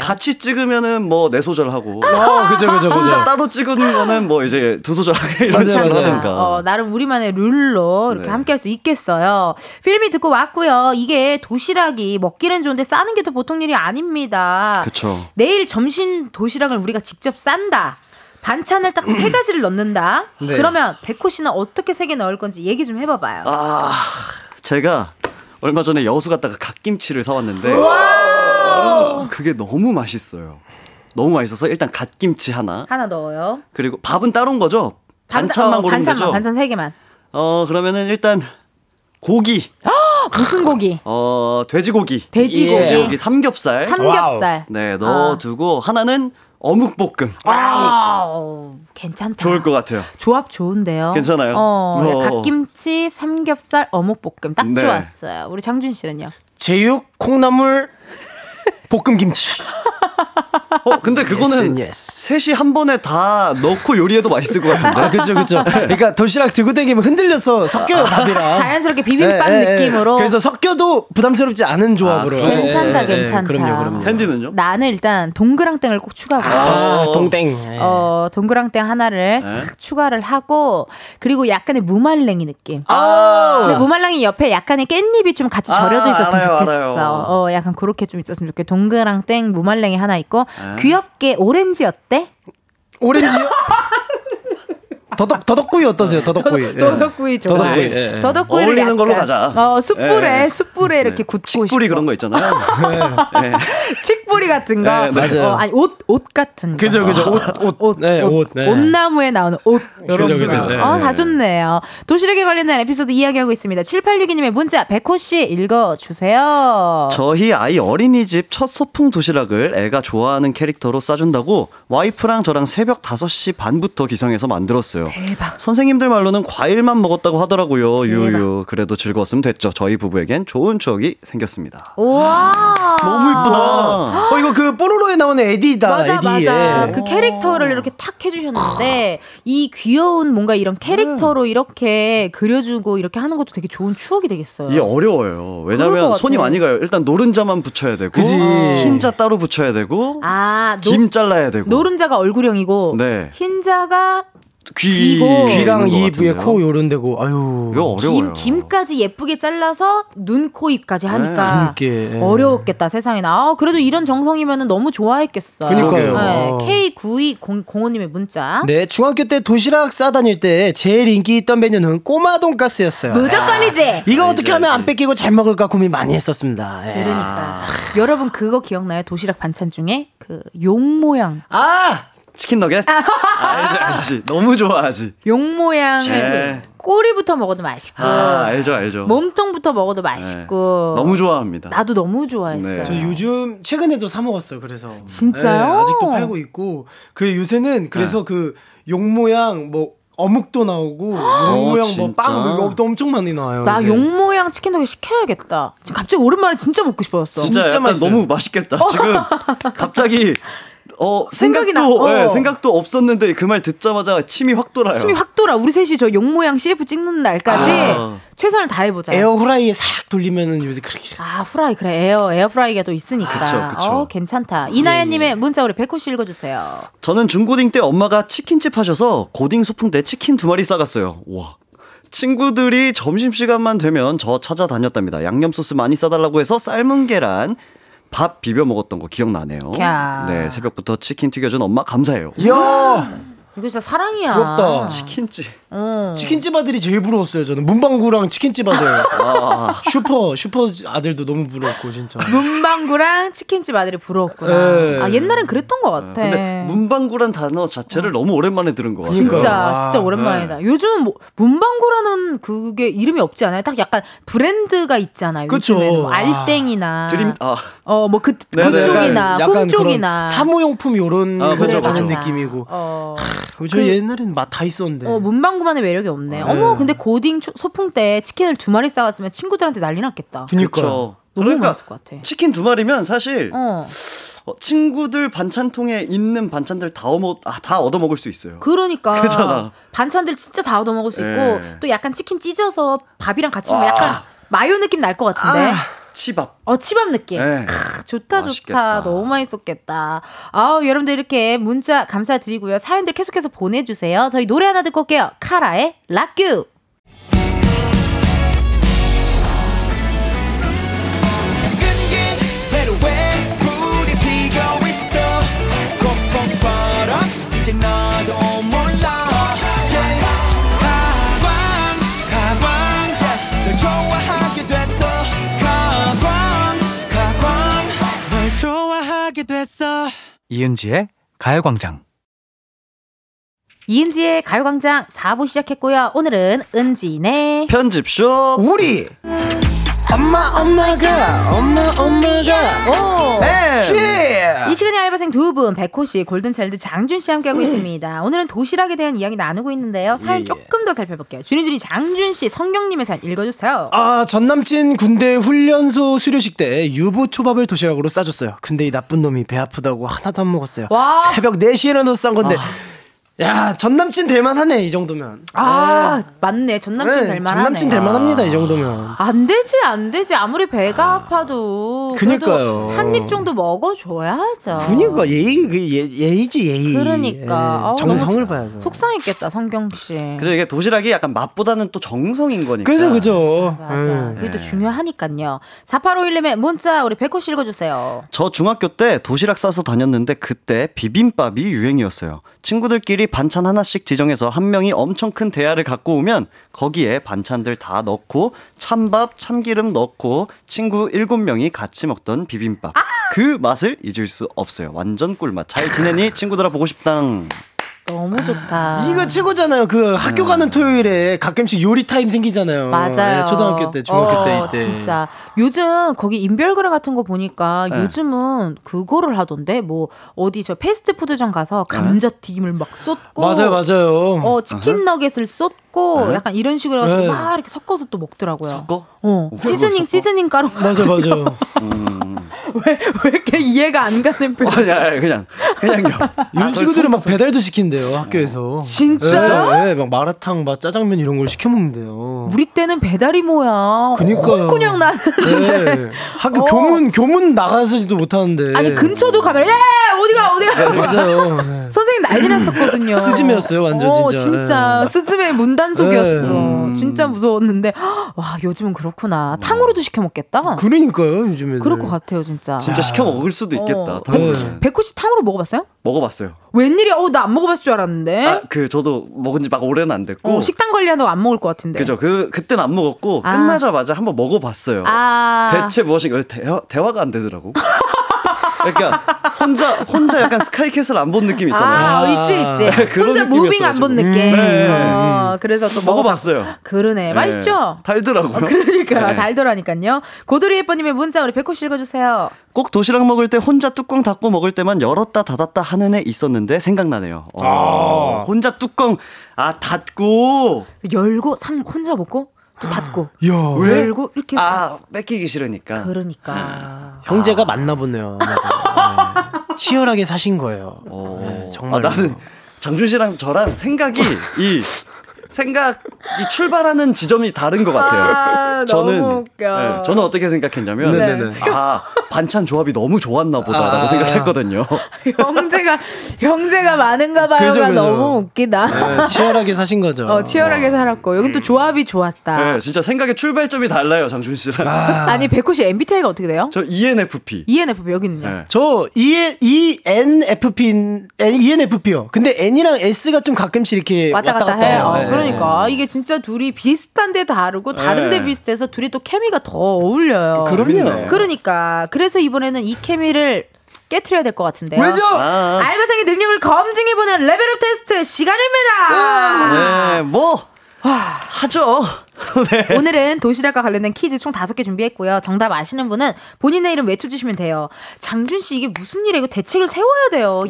따져봐야겠네요. 막 같이 찍으면은 뭐 네 소절 하고. 어, 그죠, 그죠, 그죠. 혼자 따로 찍은 거는 뭐 이제 두 소절 하게 이런 맞아요, 식으로 맞아요. 하든가. 어, 나름 우리만의 룰로 그러니까. 이렇게 네. 함께 할 수 있겠어요. 필름이 듣고 왔고요. 이게 도시락이 먹기는 좋은데 싸는 게 또 보통 일이 아닙니다. 그쵸. 내일 점심 도시락을 우리가 직접 싼다. 반찬을 딱 세 가지를 넣는다. 네. 그러면 백호 씨는 어떻게 세 개 넣을 건지 얘기 좀 해봐봐요. 아, 제가 얼마 전에 여수 갔다가 갓김치를 사왔는데 그게 너무 맛있어요. 너무 맛있어서 일단 갓김치 하나 하나 넣어요. 그리고 밥은 따로인 거죠? 반찬만 어, 고르면 반찬만, 되죠? 반찬 세 개만. 어 그러면은 일단 고기 무슨 고기? 어 돼지고기 어? 돼지고기. 돼지고기, 삼겹살 삼겹살. 네 넣어두고 하나는 어묵볶음 아, 괜찮다. 좋을 것 같아요. 조합 좋은데요. 괜찮아요? 어, 어. 갓김치, 삼겹살, 어묵볶음 딱 네. 좋았어요. 우리 장준 씨는요? 제육, 콩나물, 볶음김치. 어, 근데 그거는 셋이 한 번에 다 넣고 요리해도 맛있을 것 같은데. 네. 아, 그쵸, 그쵸. 그러니까 도시락 들고 다니면 흔들려서 아, 섞여요, 밥이랑. 자연스럽게 비빔밥 예, 예, 예. 느낌으로. 그래서 섞여도 부담스럽지 않은 아, 조합으로. 그래요? 괜찮다, 예, 예, 예. 괜찮다. 그럼요, 그럼요. 텐디는요? 나는 일단 동그랑땡을 꼭 추가하고. 아, 동땡. 예. 어, 동그랑땡 하나를 네. 싹 추가를 하고 그리고 약간의 무말랭이 느낌. 근데 무말랭이 옆에 약간의 깻잎이 좀 같이 절여져 아, 있었으면 알아요, 좋겠어. 알아요. 어, 약간 그렇게 좀 있었으면 좋겠어. 동그랑땡 무말랭이 하나 있고 네. 귀엽게 오렌지 어때? 오렌지요? 더덕 더덕구이 어떠세요? 더덕구이. 예. 더덕구이 좋아. 더덕구이. 네. 예, 예. 더덕구이를 약간, 어, 숯불에 숯불에 이렇게 굳고 뿌리 네. 그런 거 있잖아요. 예. 칡뿌리 같은 거. 네, 맞아요. 어, 아니 옷 옷 같은 거. 그죠, 그죠. 옷, 옷, 옷, 네, 옷, 네. 옷나무에 나오는 옷 이런 그죠, 거. 그죠. 네, 아, 네. 다 좋네요. 도시락에 관련된 에피소드 이야기하고 있습니다. 7862님의 문자 백호 씨 읽어 주세요. 저희 아이 어린이집 첫 소풍 도시락을 애가 좋아하는 캐릭터로 싸준다고 와이프랑 저랑 새벽 5시 반부터 기상해서 만들었어요. 대박. 선생님들 말로는 과일만 먹었다고 하더라고요. 유유. 그래도 즐거웠으면 됐죠. 저희 부부에겐 좋은 추억이 생겼습니다. 와. 아. 너무 이쁘다. 어 이거 그 뽀로로에 나오는 에디다. 맞아 에디. 맞아 예. 그 캐릭터를 이렇게 탁 해주셨는데 이 귀여운 뭔가 이런 캐릭터로 네. 이렇게 그려주고 이렇게 하는 것도 되게 좋은 추억이 되겠어요. 이게 어려워요. 그럴 왜냐면 것 손이 같아. 많이 가요. 일단 노른자만 붙여야 되고 그지. 흰자 따로 붙여야 되고 아 노, 김 잘라야 되고 노른자가 얼굴형이고 네. 흰자가 귀 귀고. 있는 귀랑 것 입, 위에 같은데요. 코 요런 데고. 아유. 이거 어려워요. 김, 까지 예쁘게 잘라서 눈, 코, 입까지 네. 하니까 함께. 예. 어려웠겠다 세상에나. 아, 그래도 이런 정성이면 너무 좋아했겠어. 그니까요. 어. K9205님의 문자. 네, 중학교 때 도시락 싸다닐 때 제일 인기 있던 메뉴는 꼬마 돈가스였어요. 네. 무조건이지. 이거 아, 어떻게 하면 안 뺏기고 잘 먹을까 고민 많이 했었습니다. 예. 아. 그러니까 여러분 그거 기억나요? 도시락 반찬 중에 그 용 모양. 아 치킨 너겟 알지 알지 너무 좋아하지. 용 모양을 제. 꼬리부터 먹어도 맛있고 네. 아 알죠 알죠. 몸통부터 먹어도 맛있고 네. 너무 좋아합니다. 나도 너무 좋아했어요. 네. 저 요즘 최근에도 사 먹었어요. 그래서 진짜요? 네. 예, 아직도 팔고 있고 그 요새는 그래서 그 용 모양 뭐 어묵도 나오고 용 모양 진짜? 뭐빵 이거 또 엄청 많이 나와요. 아, 나 요새. 용 모양 치킨 너겟 시켜야겠다. 지금 갑자기 오랜만에 진짜 먹고 싶어졌어. 진짜, 약간 너무 맛있겠다. 지금 갑자기 어 생각이 나. 생각도 어. 예, 생각도 없었는데 그 말 듣자마자 침이 확 돌아요. 숨이 확 돌아. 우리 셋이 저 용 모양 CF 찍는 날까지 아. 최선을 다해보자. 에어 후라이에 싹 돌리면은 요새 그렇게 아 후라이 그래 에어 에어프라이가 또 있으니까. 그쵸, 예, 그쵸. 어 괜찮다. 이나연님의 문자 우리 백호 씨 읽어주세요. 저는 중고딩 때 엄마가 치킨집 하셔서 고딩 소풍 때 치킨 두 마리 싸갔어요. 와. 친구들이 점심시간만 되면 저 찾아다녔답니다. 양념소스 많이 싸달라고 해서 삶은 계란, 밥 비벼 먹었던 거 기억나네요. 캬. 네, 새벽부터 치킨 튀겨준 엄마 감사해요. 야 음, 이거 진짜 사랑이야. 부럽다. 아, 치킨집. 어. 치킨집 아들이 제일 부러웠어요. 저는 문방구랑 치킨집 아들 아. 슈퍼 슈퍼 아들도 너무 부러웠고 진짜. 문방구랑 치킨집 아들이 부러웠구나. 예. 네. 아 옛날엔 그랬던 것 같아. 근데 문방구란 단어 자체를 너무 오랜만에 들은 것 그러니까. 같아요. 네. 네. 진짜 진짜 오랜만이다. 요즘 뭐, 문방구라는 그게 이름이 없지 않아요? 딱 약간 브랜드가 있잖아요. 그쵸. 요즘에는 뭐 아. 알땡이나 드림 아 어뭐 그 그쪽이나 꿈 쪽이나 사무용품 요런 아, 거 그쵸, 하는 그쵸. 음, 느낌이고. 어. 하, 저 그- 옛날에는 맛 다 있었는데. 어, 문방구만의 매력이 없네. 어머, 근데 고딩 초- 소풍 때 치킨을 두 마리 싸왔으면 친구들한테 난리 났겠다. 그쵸. 그러니까 치킨 두 마리면 사실 어. 어, 친구들 반찬통에 있는 반찬들 다, 얻어, 아, 다 얻어 먹을 수 있어요. 그러니까 그잖아. 반찬들 진짜 다 얻어 먹을 수 있고 예. 또 약간 치킨 찢어서 밥이랑 같이 먹으면 아. 약간 마요 느낌 날 것 같은데. 치밥. 어, 치밥 느낌. 예. 크, 좋다, 맛있겠다. 좋다. 너무 맛있었겠다. 아우, 여러분들 이렇게 문자 감사드리고요. 사연들 계속해서 보내주세요. 저희 노래 하나 듣고 올게요. 카라의 락규. 왜 불이 피고 있어 콧봉버럭 이제 너도 몰라 Yeah. 가광 가광 널 좋아하게 됐어 가광 가광 널 좋아하게 됐어 이은지의 가요광장. 이은지의 가요광장 4부 시작했고요. 오늘은 은지네. 편집쇼. 우리. 엄마 엄마가 네. 엄마 엄마가 오. 네. 엠, 쥐, 이 시간에 알바생 두 분, 백호 씨, 골든차일드 장준 씨 네. 함께하고 있습니다. 오늘은 도시락에 대한 이야기 나누고 있는데요. 예, 사연 조금 더 살펴볼게요. 준이준이 장준 씨 성경님의 사연 읽어주세요. 아, 전 남친 군대 훈련소 수료식 때 유부 초밥을 도시락으로 싸줬어요. 근데 이 나쁜 놈이 배 아프다고 하나도 안 먹었어요. 와. 새벽 4시에 일어나서 싼 건데. 야, 전 남친 될만하네, 이 정도면. 아, 맞네. 전 남친 아. 네, 될 만하네. 전 남친 될만합니다, 이 정도면. 안 되지, 안 되지. 아무리 배가 아파도. 그니까요. 한입 정도 먹어줘야죠. 그니까, 예의, 그 예, 예의지, 예의. 그러니까. 예, 아우, 정성을 너무 봐야죠. 속상했겠다, 성경씨. 그죠 이게 도시락이 약간 맛보다는 또 정성인 거니까. 그죠, 예. 그죠. 맞아. 네. 그게 또 중요하니까요. 4851님의 문자 우리 백호 씨 읽어주세요. 저 중학교 때 도시락 싸서 다녔는데 그때 비빔밥이 유행이었어요. 친구들끼리 반찬 하나씩 지정해서 한 명이 엄청 큰 대야를 갖고 오면 거기에 반찬들 다 넣고 찬밥, 참기름 넣고 친구 일곱 명이 같이 먹던 비빔밥. 그 맛을 잊을 수 없어요. 완전 꿀맛. 잘 지내니 친구들아 보고 싶당. 너무 좋다. 음. 이거 최고잖아요. 그 학교 가는 토요일에 가끔씩 요리 타임 생기잖아요. 맞아요. 예, 초등학교 때, 중학교 때 어, 이때. 진짜 요즘 거기 인별그램 같은 거 보니까 네. 요즘은 그거를 하던데 뭐 어디 저 패스트푸드점 가서 감자 튀김을 막 쏟고 네. 맞아요, 맞아요. 어 치킨 너겟을 쏟고 네. 약간 이런 식으로 해가지고 네. 막 이렇게 섞어서 또 먹더라고요. 섞어? 어 시즈닝 시즈닝 가루 맞아, 맞아. 왜 이렇게 이해가 안 가는 표정? 아니, 그냥 그냥요. 요즘 친구들은 막 배달도 시킨대요 학교에서. 아, 진짜요? 예, 막 마라탕, 막 짜장면 이런 걸 시켜 먹는데요. 우리 때는 배달이 뭐야? 그니까요. 그냥 나는 예. 학교 교문 교문 나가서지도 못하는데. 어. 아니 근처도 가면 예 어디가 어디가 네, 맞아요. 선생님 난리 났었거든요. 스즈메였어요, 완전 어, 진짜. 진짜 네. 스즈메 문단속이었어. 네. 음. 진짜 무서웠는데 와 요즘은 그렇구나. 탕으로도 시켜 먹겠다. 그러니까요 네. 요즘에. 그럴 것 같아요 진짜. 진짜 시켜 먹을 수도 있겠다. 어. 당연히. 백호 씨 탕으로 먹어봤어요? 먹어봤어요. 웬일이야? 어나 안 먹어봤을 줄 알았는데. 아, 그 저도 먹은 지 막 오래는 안 됐고. 어, 식단 관리한다고 안 먹을 것 같은데. 그죠. 그 그땐 안 먹었고 아. 끝나자마자 한번 먹어봤어요. 아. 대체 무엇인가 대화, 대화가 안 되더라고. 그러니까 혼자 혼자 약간 스카이캐슬 안 본 느낌 아, 있잖아요. 네, 있지 있지. 그런 혼자 무빙 안 본 느낌이었어가지고. 느낌. 네. 어, 그래서 좀 먹어봤- 먹어봤어요. 그러네. 네. 맛있죠? 달더라고요. 어, 그러니까 네. 달더라니까요. 고도리 예뻐님의 문자 우리 백호 씨 읽어주세요. 꼭 도시락 먹을 때 혼자 뚜껑 닫고 먹을 때만 열었다 닫았다 하는 애 있었는데 생각나네요. 어, 혼자 뚜껑 아 닫고 열고 삼 혼자 먹고 또 닫고 왜? 어. 열고 이렇게 아 뺏기기 싫으니까. 아. 그러니까 형제가 맞나 보네요. 네. 치열하게 사신 거예요. 네, 정말. 아, 나는 장준 씨랑 저랑 생각이 이 생각이 출발하는 지점이 다른 것 같아요. 아, 저는 너무 웃겨. 네, 저는 어떻게 생각했냐면 네네네. 아 반찬 조합이 너무 좋았나 보다라고 아. 생각했거든요. 형제가 형제가 많은가 봐요가 그죠, 그죠. 너무 웃기다. 네, 치열하게 사신 거죠. 아. 어 치열하게 살았고 여긴 또 조합이 좋았다. 네, 진짜 생각의 출발점이 달라요, 장준 씨랑. 아니 백호 씨 MBTI가 어떻게 돼요? E 저 E ENFP. ENFP 여기는요. 네. 저 E E N F E, P ENFP요. 근데 N이랑 S가 좀 가끔씩 네, 이렇게 왔다 갔다, 해. 네. 어, 그러니까 이게 진짜 둘이 비슷한데 다르고 다른데 네. 비슷해서 둘이 또 케미가 더 어울려요. 그럼요. 그러니까 그래서 이번에는 이 케미를 깨트려야 될 것 같은데요. 왜죠? 아. 알바생의 능력을 검증해보는 레벨업 테스트 시간입니다. 네, 뭐 네. 하죠. 아. 오늘은 도시락과 관련된 퀴즈 총 다섯 개 준비했고요. 정답 아시는 분은 본인의 이름 외쳐주시면 돼요. 장준 씨 이게 무슨 일이에요? 이거 대책을 세워야 돼요.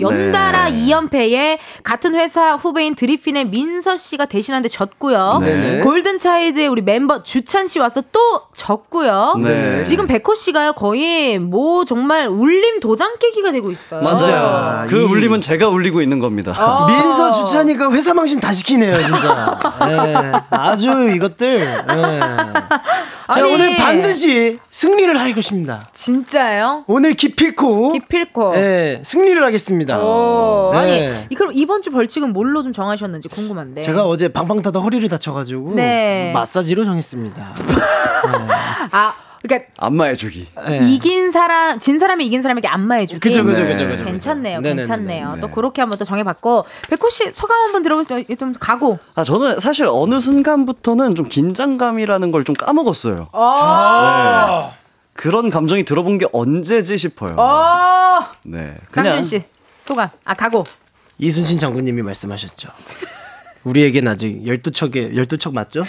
네. 연달아 이연패에 같은 회사 후배인 드리핀의 민서 씨가 대신한데 졌고요. 네. 골든 차이드의 우리 멤버 주찬 씨 와서 또 졌고요. 네. 지금 백호 씨가요 거의 뭐 정말 울림 도장 깨기가 되고 있어요. 맞아요. 그 울림은 제가 울리고 있는 겁니다. 어. 아. 민서 주차니까 회사 망신 다 시키네요, 진짜. 예, 아주 이것들. 예. 제가 아니. 오늘 반드시 승리를 하고 싶습니다. 진짜예요? 오늘 기필코. 기필코. 예, 승리를 하겠습니다. 어, 아니 예. 이- 그럼 이번 주 벌칙은 뭘로 좀 정하셨는지 궁금한데. 제가 어제 방방 타다 허리를 다쳐가지고 네. 마사지로 정했습니다. 아 그러니까 안마해주기. 이긴 사람 진 사람이 이긴 사람에게 안마해 주기. 네. 그쵸, 그쵸, 그쵸, 그쵸, 그쵸. 괜찮네요. 네네네네. 괜찮네요. 또 그렇게 한번 또 정해봤고 백호 씨 소감 한번 들어보시죠. 이거 좀 가고. 아 저는 사실 어느 순간부터는 좀 긴장감이라는 걸 좀 까먹었어요. 네. 아. 그런 감정이 들어본 게 언제지 네. 싶어요. 어. 네, 장준 씨 소감. 아 가고. 이순신 장군님이 말씀하셨죠. 우리에겐 아직 열두 척의 열두 척 맞죠?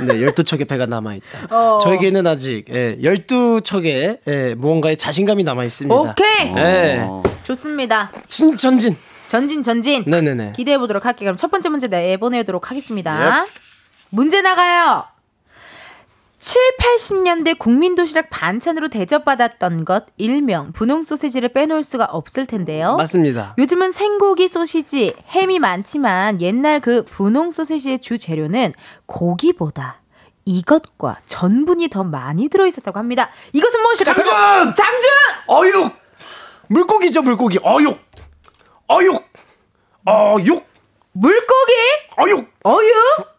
네, 12척의 배가 남아있다. 어. 저에게는 아직 예, 12척의 예, 무언가의 자신감이 남아있습니다. 오케이. 예. 어. 좋습니다. 진 전진. 전진 전진. 네네네. 예. 기대해 보도록 할게요. 그럼 첫 번째 문제 내보내도록 하겠습니다. 문제 나가요. 7, 80년대 국민 도시락 반찬으로 대접받았던 것 일명 분홍 소시지를 빼놓을 수가 없을 텐데요. 맞습니다. 요즘은 생고기 소시지, 햄이 많지만 옛날 그 분홍 소시지의 주 재료는 고기보다 이것과 전분이 더 많이 들어 있었다고 합니다. 이것은 무엇일까요? 장준! 장준! 어육! 물고기죠, 물고기. 어육! 어육! 어육! 물고기? 어육! 어육?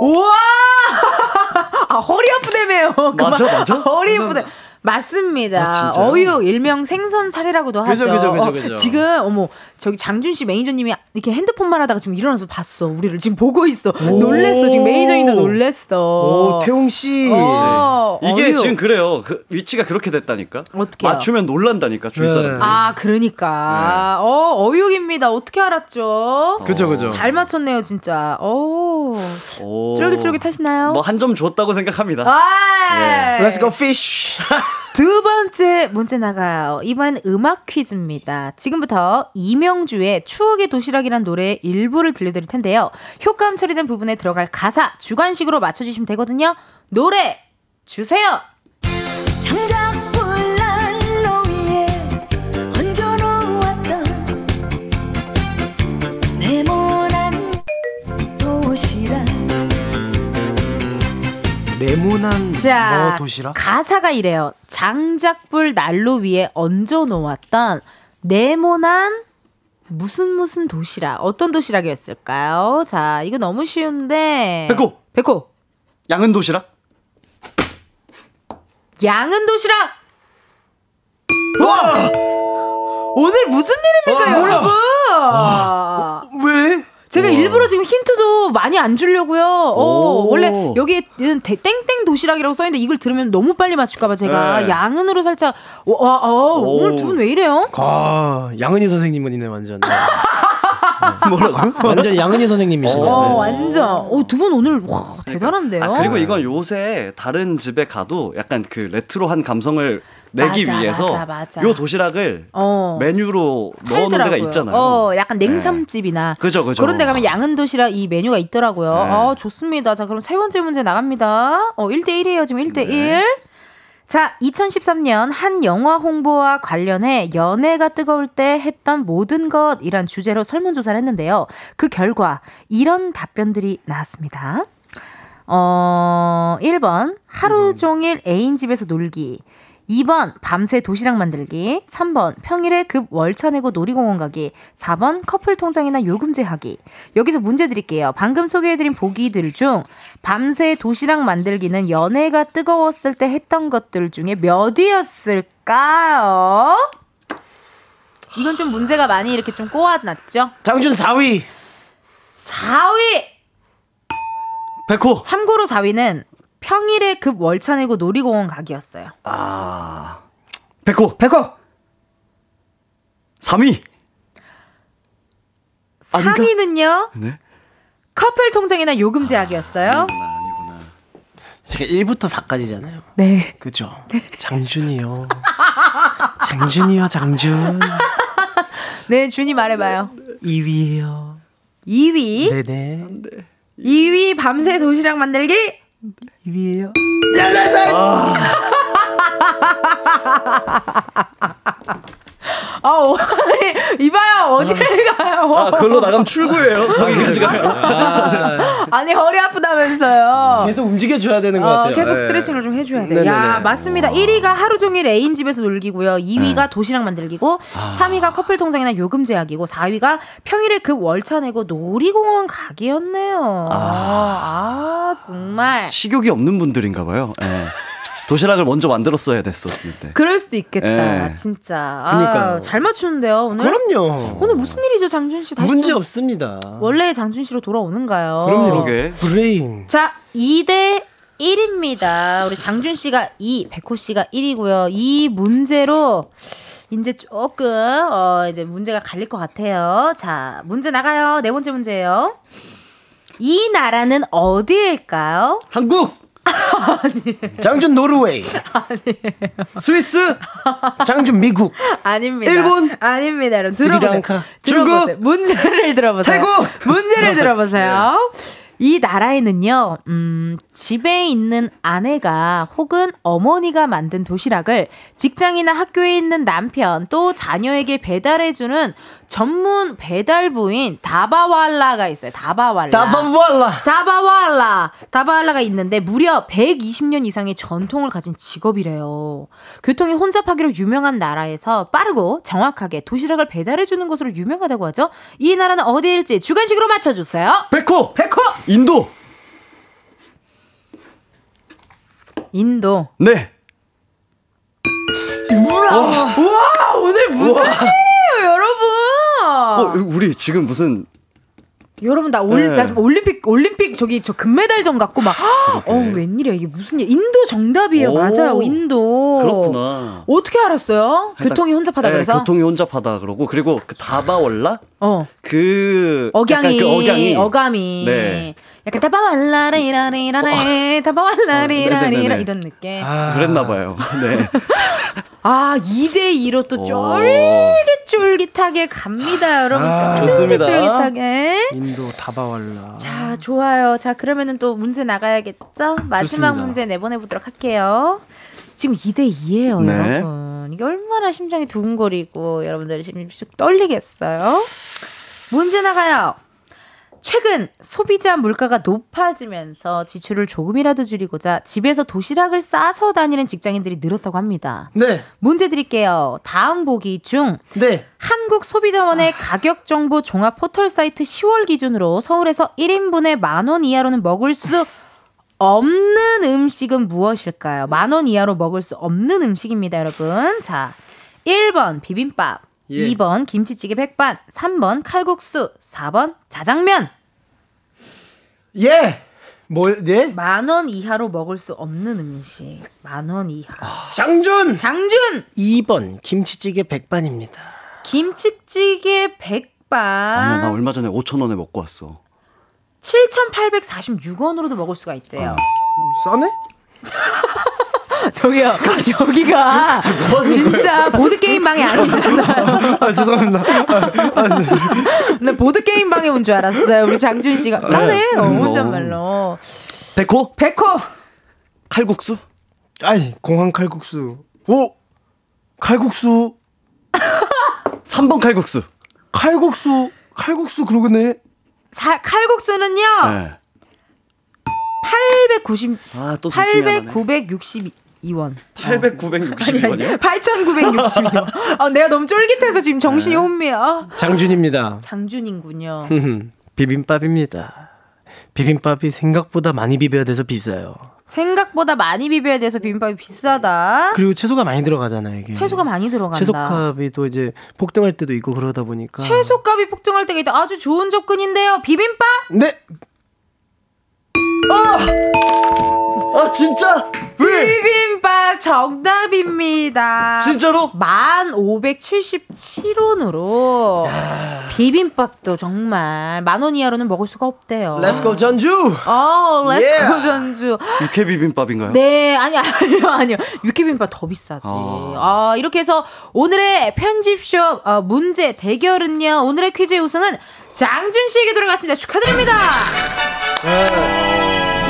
우와! 아, 허리 아프다며요. 그만. 맞아, 맞아? 허리 아프다. 맞습니다. 아, 진짜요? 어육 일명 생선 사례라고도 하죠. 그죠, 그죠, 그죠, 어, 그죠. 지금 어머 저기 장준 씨 매니저님이 이렇게 핸드폰만 하다가 지금 일어나서 봤어. 우리를 지금 보고 있어. 놀랬어. 지금 매니저님도 놀랬어. 오, 태용 씨. 어, 네. 이게 어육. 지금 그래요. 그 위치가 그렇게 됐다니까. 어떡해요? 맞추면 놀란다니까 주위 사람들. 아, 그러니까. 어, 어육입니다. 어떻게 알았죠? 네. 어, 그죠, 그죠. 잘 맞췄네요, 진짜. 어. 오. 오. 쫄깃쫄깃 하시나요? 뭐 한 점 줬다고 생각합니다. 아! 예. Let's go fish. 두 번째 문제 나가요. 이번엔 음악 퀴즈입니다. 지금부터 이명주의 추억의 도시락이란 노래의 일부를 들려드릴 텐데요. 효과음 처리된 부분에 들어갈 가사 주관식으로 맞춰주시면 되거든요. 노래 주세요. 장작불난 위에 얹어놓았던 네모난 도시락 네모난 자, 뭐 도시락? 가사가 이래요. 장작불 난로 위에 얹어 놓았던 네모난 무슨 무슨 도시락. 어떤 도시락이었을까요? 자, 이거 너무 쉬운데. 백호. 백호. 양은 도시락? 양은 도시락. 오늘 무슨 일입니까, 와, 뭐야? 여러분? 왜? 제가 일부러 지금 힌트도 많이 안 주려고요. 어, 오. 원래 여기에는 대- 땡땡 도시락이라고 써있는데 이걸 들으면 너무 빨리 맞출까봐 제가 네. 양은으로 살짝, 와, 와, 오. 오늘 두 분 왜 이래요? 아, 양은희 선생님은이네 완전. 뭐라고? 완전 양은희 선생님이시네. 어, 네. 완전. 어, 두 분 오늘, 와, 대단한데요? 아, 그리고 이건 요새 다른 집에 가도 약간 그 레트로한 감성을 내기 맞아, 위해서 맞아, 맞아. 요 도시락을 어. 메뉴로 넣는 데가 팔더라고요. 있잖아요. 네. 어, 약간 냉삼집이나 그죠, 네. 그죠. 그런 데 가면 양은 도시락 이 메뉴가 있더라고요. 아, 좋습니다. 자, 그럼 세 번째 문제 나갑니다. 어, 1대1이에요. 지금 네. 1대1. 자, 2013년 한 영화 홍보와 관련해 연애가 뜨거울 때 했던 모든 것이란 주제로 설문조사를 했는데요. 그 결과 이런 답변들이 나왔습니다. 어, 1번 하루 종일 애인 집에서 놀기. 2번 밤새 도시락 만들기. 3번 평일에 급 월차 내고 놀이공원 가기. 4번 커플 통장이나 요금제 하기. 여기서 문제 드릴게요. 방금 소개해드린 보기들 중 밤새 도시락 만들기는 연애가 뜨거웠을 때 했던 것들 중에 몇이었을까요? 이건 좀 문제가 많이 이렇게 좀 꼬아놨죠? 장준 4위. 4위! 백호. 참고로 4위는 평일에 급 월차 내고 놀이공원 가기였어요. 아. 백호. 백호. 3위. 3위는요? 네. 커플 통장이나 요금제 하기였어요. 아, 제가 1부터 4까지잖아요. 네. 그죠? 장준이요. 장준이요, 장준. 네, 준이 말해봐요. 2위예요. 2위. 네네. 2위 밤새 도시락 만들기. 2위예요. 네, 짜자잔! 아, 오늘 이봐요. 어딜 가요? 아, 그걸로 나가면 출구예요. 거기까지 가요. 아니, 허리 아프다면서요. 계속 움직여줘야 되는 것 어, 같아요. 계속 네. 스트레칭을 좀 해줘야 돼. 네네네. 어, 야, 맞습니다. 1위가 하루 종일 애인 집에서 놀기고요. 2위가 네. 도시락 만들기고, 아. 3위가 커플 통장이나 요금 제약이고, 4위가 평일에 급 월차 내고 놀이공원 가기였네요. 아, 정말. 식욕이 없는 분들인가 봐요. 예. 도시락을 먼저 만들었어야 됐었는데. 그럴 수도 있겠다, 예. 진짜. 아, 그니까요. 잘 맞추는데요, 오늘? 네. 그럼요. 오늘 무슨 일이죠, 장준 씨? 다시 문제 좀 없습니다. 어, 원래 장준 씨로 어. 돌아오는가요? 브레인. 자, 2대 1입니다. 우리 장준 씨가 2, 백호 씨가 1이고요. 이 문제로 이제 조금 어 이제 문제가 갈릴 것 같아요. 자, 문제 나가요. 네 번째 문제예요. 이 나라는 어디일까요? 한국! 장준 노르웨이. 스위스? 장준 미국. 아닙니다. 일본? 아닙니다. 여러분 들어보세요. 스리랑카. 들어보세요. 문제를 들어보세요. 태국? 네. 문제를 들어보세요. 이 나라에는요, 음, 집에 있는 아내가 혹은 어머니가 만든 도시락을 직장이나 학교에 있는 남편 또 자녀에게 배달해주는 전문 배달부인 다바왈라가 있어요. 다바왈라. 다바왈라. 다바왈라. 다바왈라가 있는데 무려 120년 이상의 전통을 가진 직업이래요. 교통이 혼잡하기로 유명한 나라에서 빠르고 정확하게 도시락을 배달해주는 것으로 유명하다고 하죠. 이 나라는 어디일지 주관식으로 맞춰주세요. 백호! 백호! 인도! 인도. 네. 뭐라? 와. 우와, 오늘 무슨 우와. 일이에요, 여러분? 어, 우리 지금 무슨 여러분 나, 네. 올, 나 지금 올림픽 올림픽 저기 저 금메달전 갖고 막 어, 웬일이야 이게 무슨 일 인도 정답이에요 오. 맞아요 인도 그렇구나. 어떻게 알았어요 그 교통이 혼잡하다 네, 그래서 교통이 혼잡하다 그러고 그리고 그 다바월라 어 그 약간 억양이, 그 억양이 어감이 네. 약간 다바왈라리라리라레 다바왈라리라리라 네네네네. 이런 느낌 그랬나 봐요. 네. 아 2대 2로 또 오. 쫄깃쫄깃하게 갑니다 여러분 아, 좋습니다. 쫄깃쫄깃하게 인도 다바왈라. 자, 좋아요. 자, 그러면은 또 문제 나가야겠죠? 마지막 좋습니다. 문제 내보내보도록 할게요. 지금 2대2예요, 네. 여러분. 이게 얼마나 심장이 두근거리고, 여러분들 지금 쭉 떨리겠어요? 문제 나가요. 최근 소비자 물가가 높아지면서 지출을 조금이라도 줄이고자 집에서 도시락을 싸서 다니는 직장인들이 늘었다고 합니다. 네. 문제 드릴게요. 다음 보기 중 네. 아. 한국 소비자원의 가격 정보 종합 포털 사이트 10월 기준으로 서울에서 1인분에 만 원 이하로는 먹을 수 없는 음식은 무엇일까요? 만 원 이하로 먹을 수 없는 음식입니다, 여러분. 자, 1번 비빔밥, 예. 2번 김치찌개 백반, 3번 칼국수, 4번 자장면. 예. 뭐 예? 만 원 이하로 먹을 수 없는 음식. 만 원 이하. 장준. 장준. 2번 김치찌개 백반입니다. 김치찌개 백반. 아니야, 나 얼마 전에 5천 원에 먹고 왔어. 7,846원으로도 먹을 수가 있대요. 아, 싸네? 저기요, 여기가 진짜 보드게임방이 아니잖아요. 아 죄송합니다. 나 보드게임방에 온 줄 알았어요. 우리 장준 씨가. 싸네, 어, 음, 혼잣말로. 백호? 백호! 칼국수? 아이 공항 칼국수. 오 칼국수. 3번 칼국수. 칼국수 칼국수 그러고네. 사- 칼국수는요, 네. 890, 아, 또둘 중에 하나네. 8,962원. 800, 962원이요? 8,962원. 아, 내가 너무 쫄깃해서 지금 정신이 네. 혼미야. 장준입니다. 장준인군요. 비빔밥입니다. 비빔밥이 생각보다 많이 비벼야 돼서 비싸요. 생각보다 많이 비벼야 돼서 비빔밥이 비싸다. 그리고 채소가 많이 들어가잖아요 이게. 아? 채소가 많이 들어간다. 예. 채소값이 또 이제 폭등할 때도 있고 그러다 보니까. 채소값이 폭등할 때가 있다. 아주 좋은 접근인데요. 비빔밥? 네. 아 진짜? 비빔밥 정답입니다. 진짜로? 1577원으로 비빔밥도 정말 만 원 이하로는 먹을 수가 어. 없대요. Let's go 전주. 어, 렛츠 Yeah. 고 전주. 육회 비빔밥인가요? 네, 아니, 아니요, 아니요. 육회비빔밥 더 비싸지. 아, 이렇게 해서 오늘의 편집쇼 어, 문제 대결은요. 오늘의 퀴즈의 우승은 장준 씨에게 돌아갔습니다. 축하드립니다.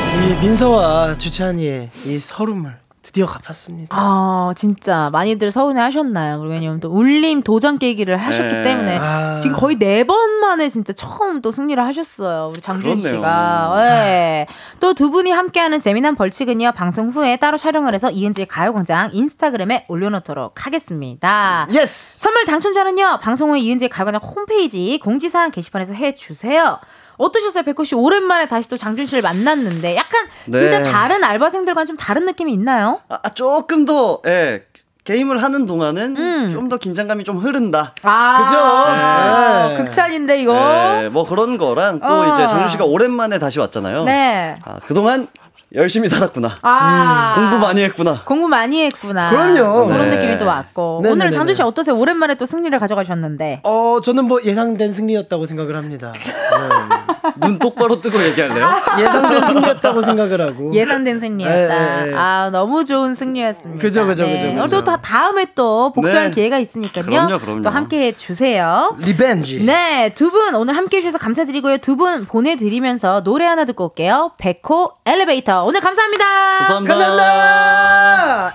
이 민서와 주찬이의 이 서름을 드디어 갚았습니다. 아, 진짜 많이들 서운해 하셨나요? 왜냐면 또 울림 도전 깨기를 하셨기 네. 때문에 아. 지금 거의 네 번 만에 진짜 처음 또 승리를 하셨어요. 우리 장준 그렇네요. 씨가. 예. 또 두 분이 함께하는 재미난 벌칙은요. 방송 후에 따로 촬영을 해서 이은지의 가요광장 인스타그램에 올려놓도록 하겠습니다. 예스. 선물 당첨자는요. 방송 후에 이은지의 가요광장 홈페이지 공지사항 게시판에서 해주세요. 어떠셨어요? 백호 씨 오랜만에 다시 또 장준 씨를 만났는데 약간 진짜 네. 다른 알바생들과는 좀 다른 느낌이 있나요? 아, 아, 조금 더 예. 게임을 하는 동안은 좀 더 긴장감이 좀 흐른다. 음. 아, 그죠? 네. 극찬인데 이거. 예, 뭐 그런 거랑 또 어. 이제 정준 씨가 오랜만에 다시 왔잖아요. 네. 아, 그동안 열심히 살았구나. 아. 공부 많이 했구나. 공부 많이 했구나. 음. 그럼요. 뭐 그런 네. 느낌이 또 왔고. 네네네네. 오늘 장준 씨 어떠세요? 오랜만에 또 승리를 가져가셨는데. 어 저는 뭐 예상된 승리였다고 생각을 합니다. 네. 눈 똑바로 뜨고 얘기할래요? 예상된 승리였다고 생각을 하고. 예상된 승리였다. 예, 예, 예. 아 너무 좋은 승리였습니다. 그죠, 그죠, 네. 그죠, 그죠. 오늘 또 다- 다음에 또 복수할 네. 기회가 있으니까요. 그럼요, 그럼요. 또 함께해 주세요. 리벤지. 네, 두 분 오늘 함께해 주셔서 감사드리고요. 두 분 보내드리면서 노래 하나 듣고 올게요. 백호 엘리베이터. 오늘 감사합니다. 감사합니다. 감사합니다.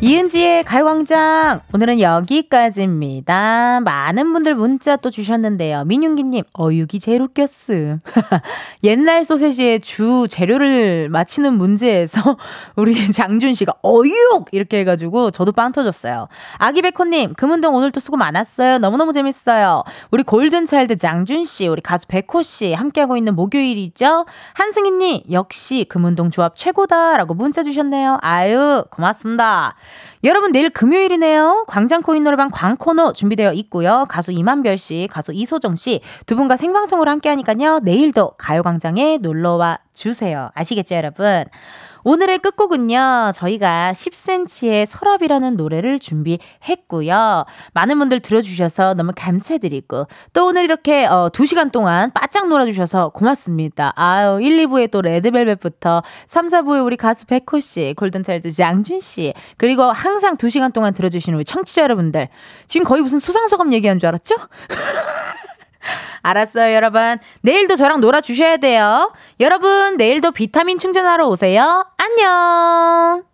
이은지의 가요광장 오늘은 여기까지입니다. 많은 분들 문자 또 주셨는데요. 민윤기님 어육이 제일 웃겼음. 옛날 소세지의 주 재료를 맞히는 문제에서 우리 장준 씨가 어육 이렇게 해가지고 저도 빵 터졌어요. 아기백호님 금운동 오늘 또 수고 많았어요. 너무너무 재밌어요. 우리 골든차일드 장준 씨 우리 가수 백호 씨 함께하고 있는 목요일이죠. 한승희님 역시 금운동 조합 최고다라고 문자 주셨네요. 아유 고맙습니다. 여러분 내일 금요일이네요. 광장 코인 노래방 광코너 준비되어 있고요. 가수 이만별 씨, 가수 이소정 씨 두 분과 생방송으로 함께하니까요. 내일도 가요광장에 놀러와 주세요. 아시겠죠 여러분? 오늘의 끝곡은요. 저희가 10cm의 서랍이라는 노래를 준비했고요. 많은 분들 들어주셔서 너무 감사드리고 또 오늘 이렇게 어, 2시간 동안 바짝 놀아주셔서 고맙습니다. 아유 1, 2부에 또 레드벨벳부터 3, 4부에 우리 가수 백호 씨, 골든차일드 양준 씨 그리고 항상 2시간 동안 들어주시는 우리 청취자 여러분들 지금 거의 무슨 수상소감 얘기한 줄 알았죠? 알았어요, 여러분. 내일도 저랑 놀아주셔야 돼요. 여러분, 내일도 비타민 충전하러 오세요. 안녕!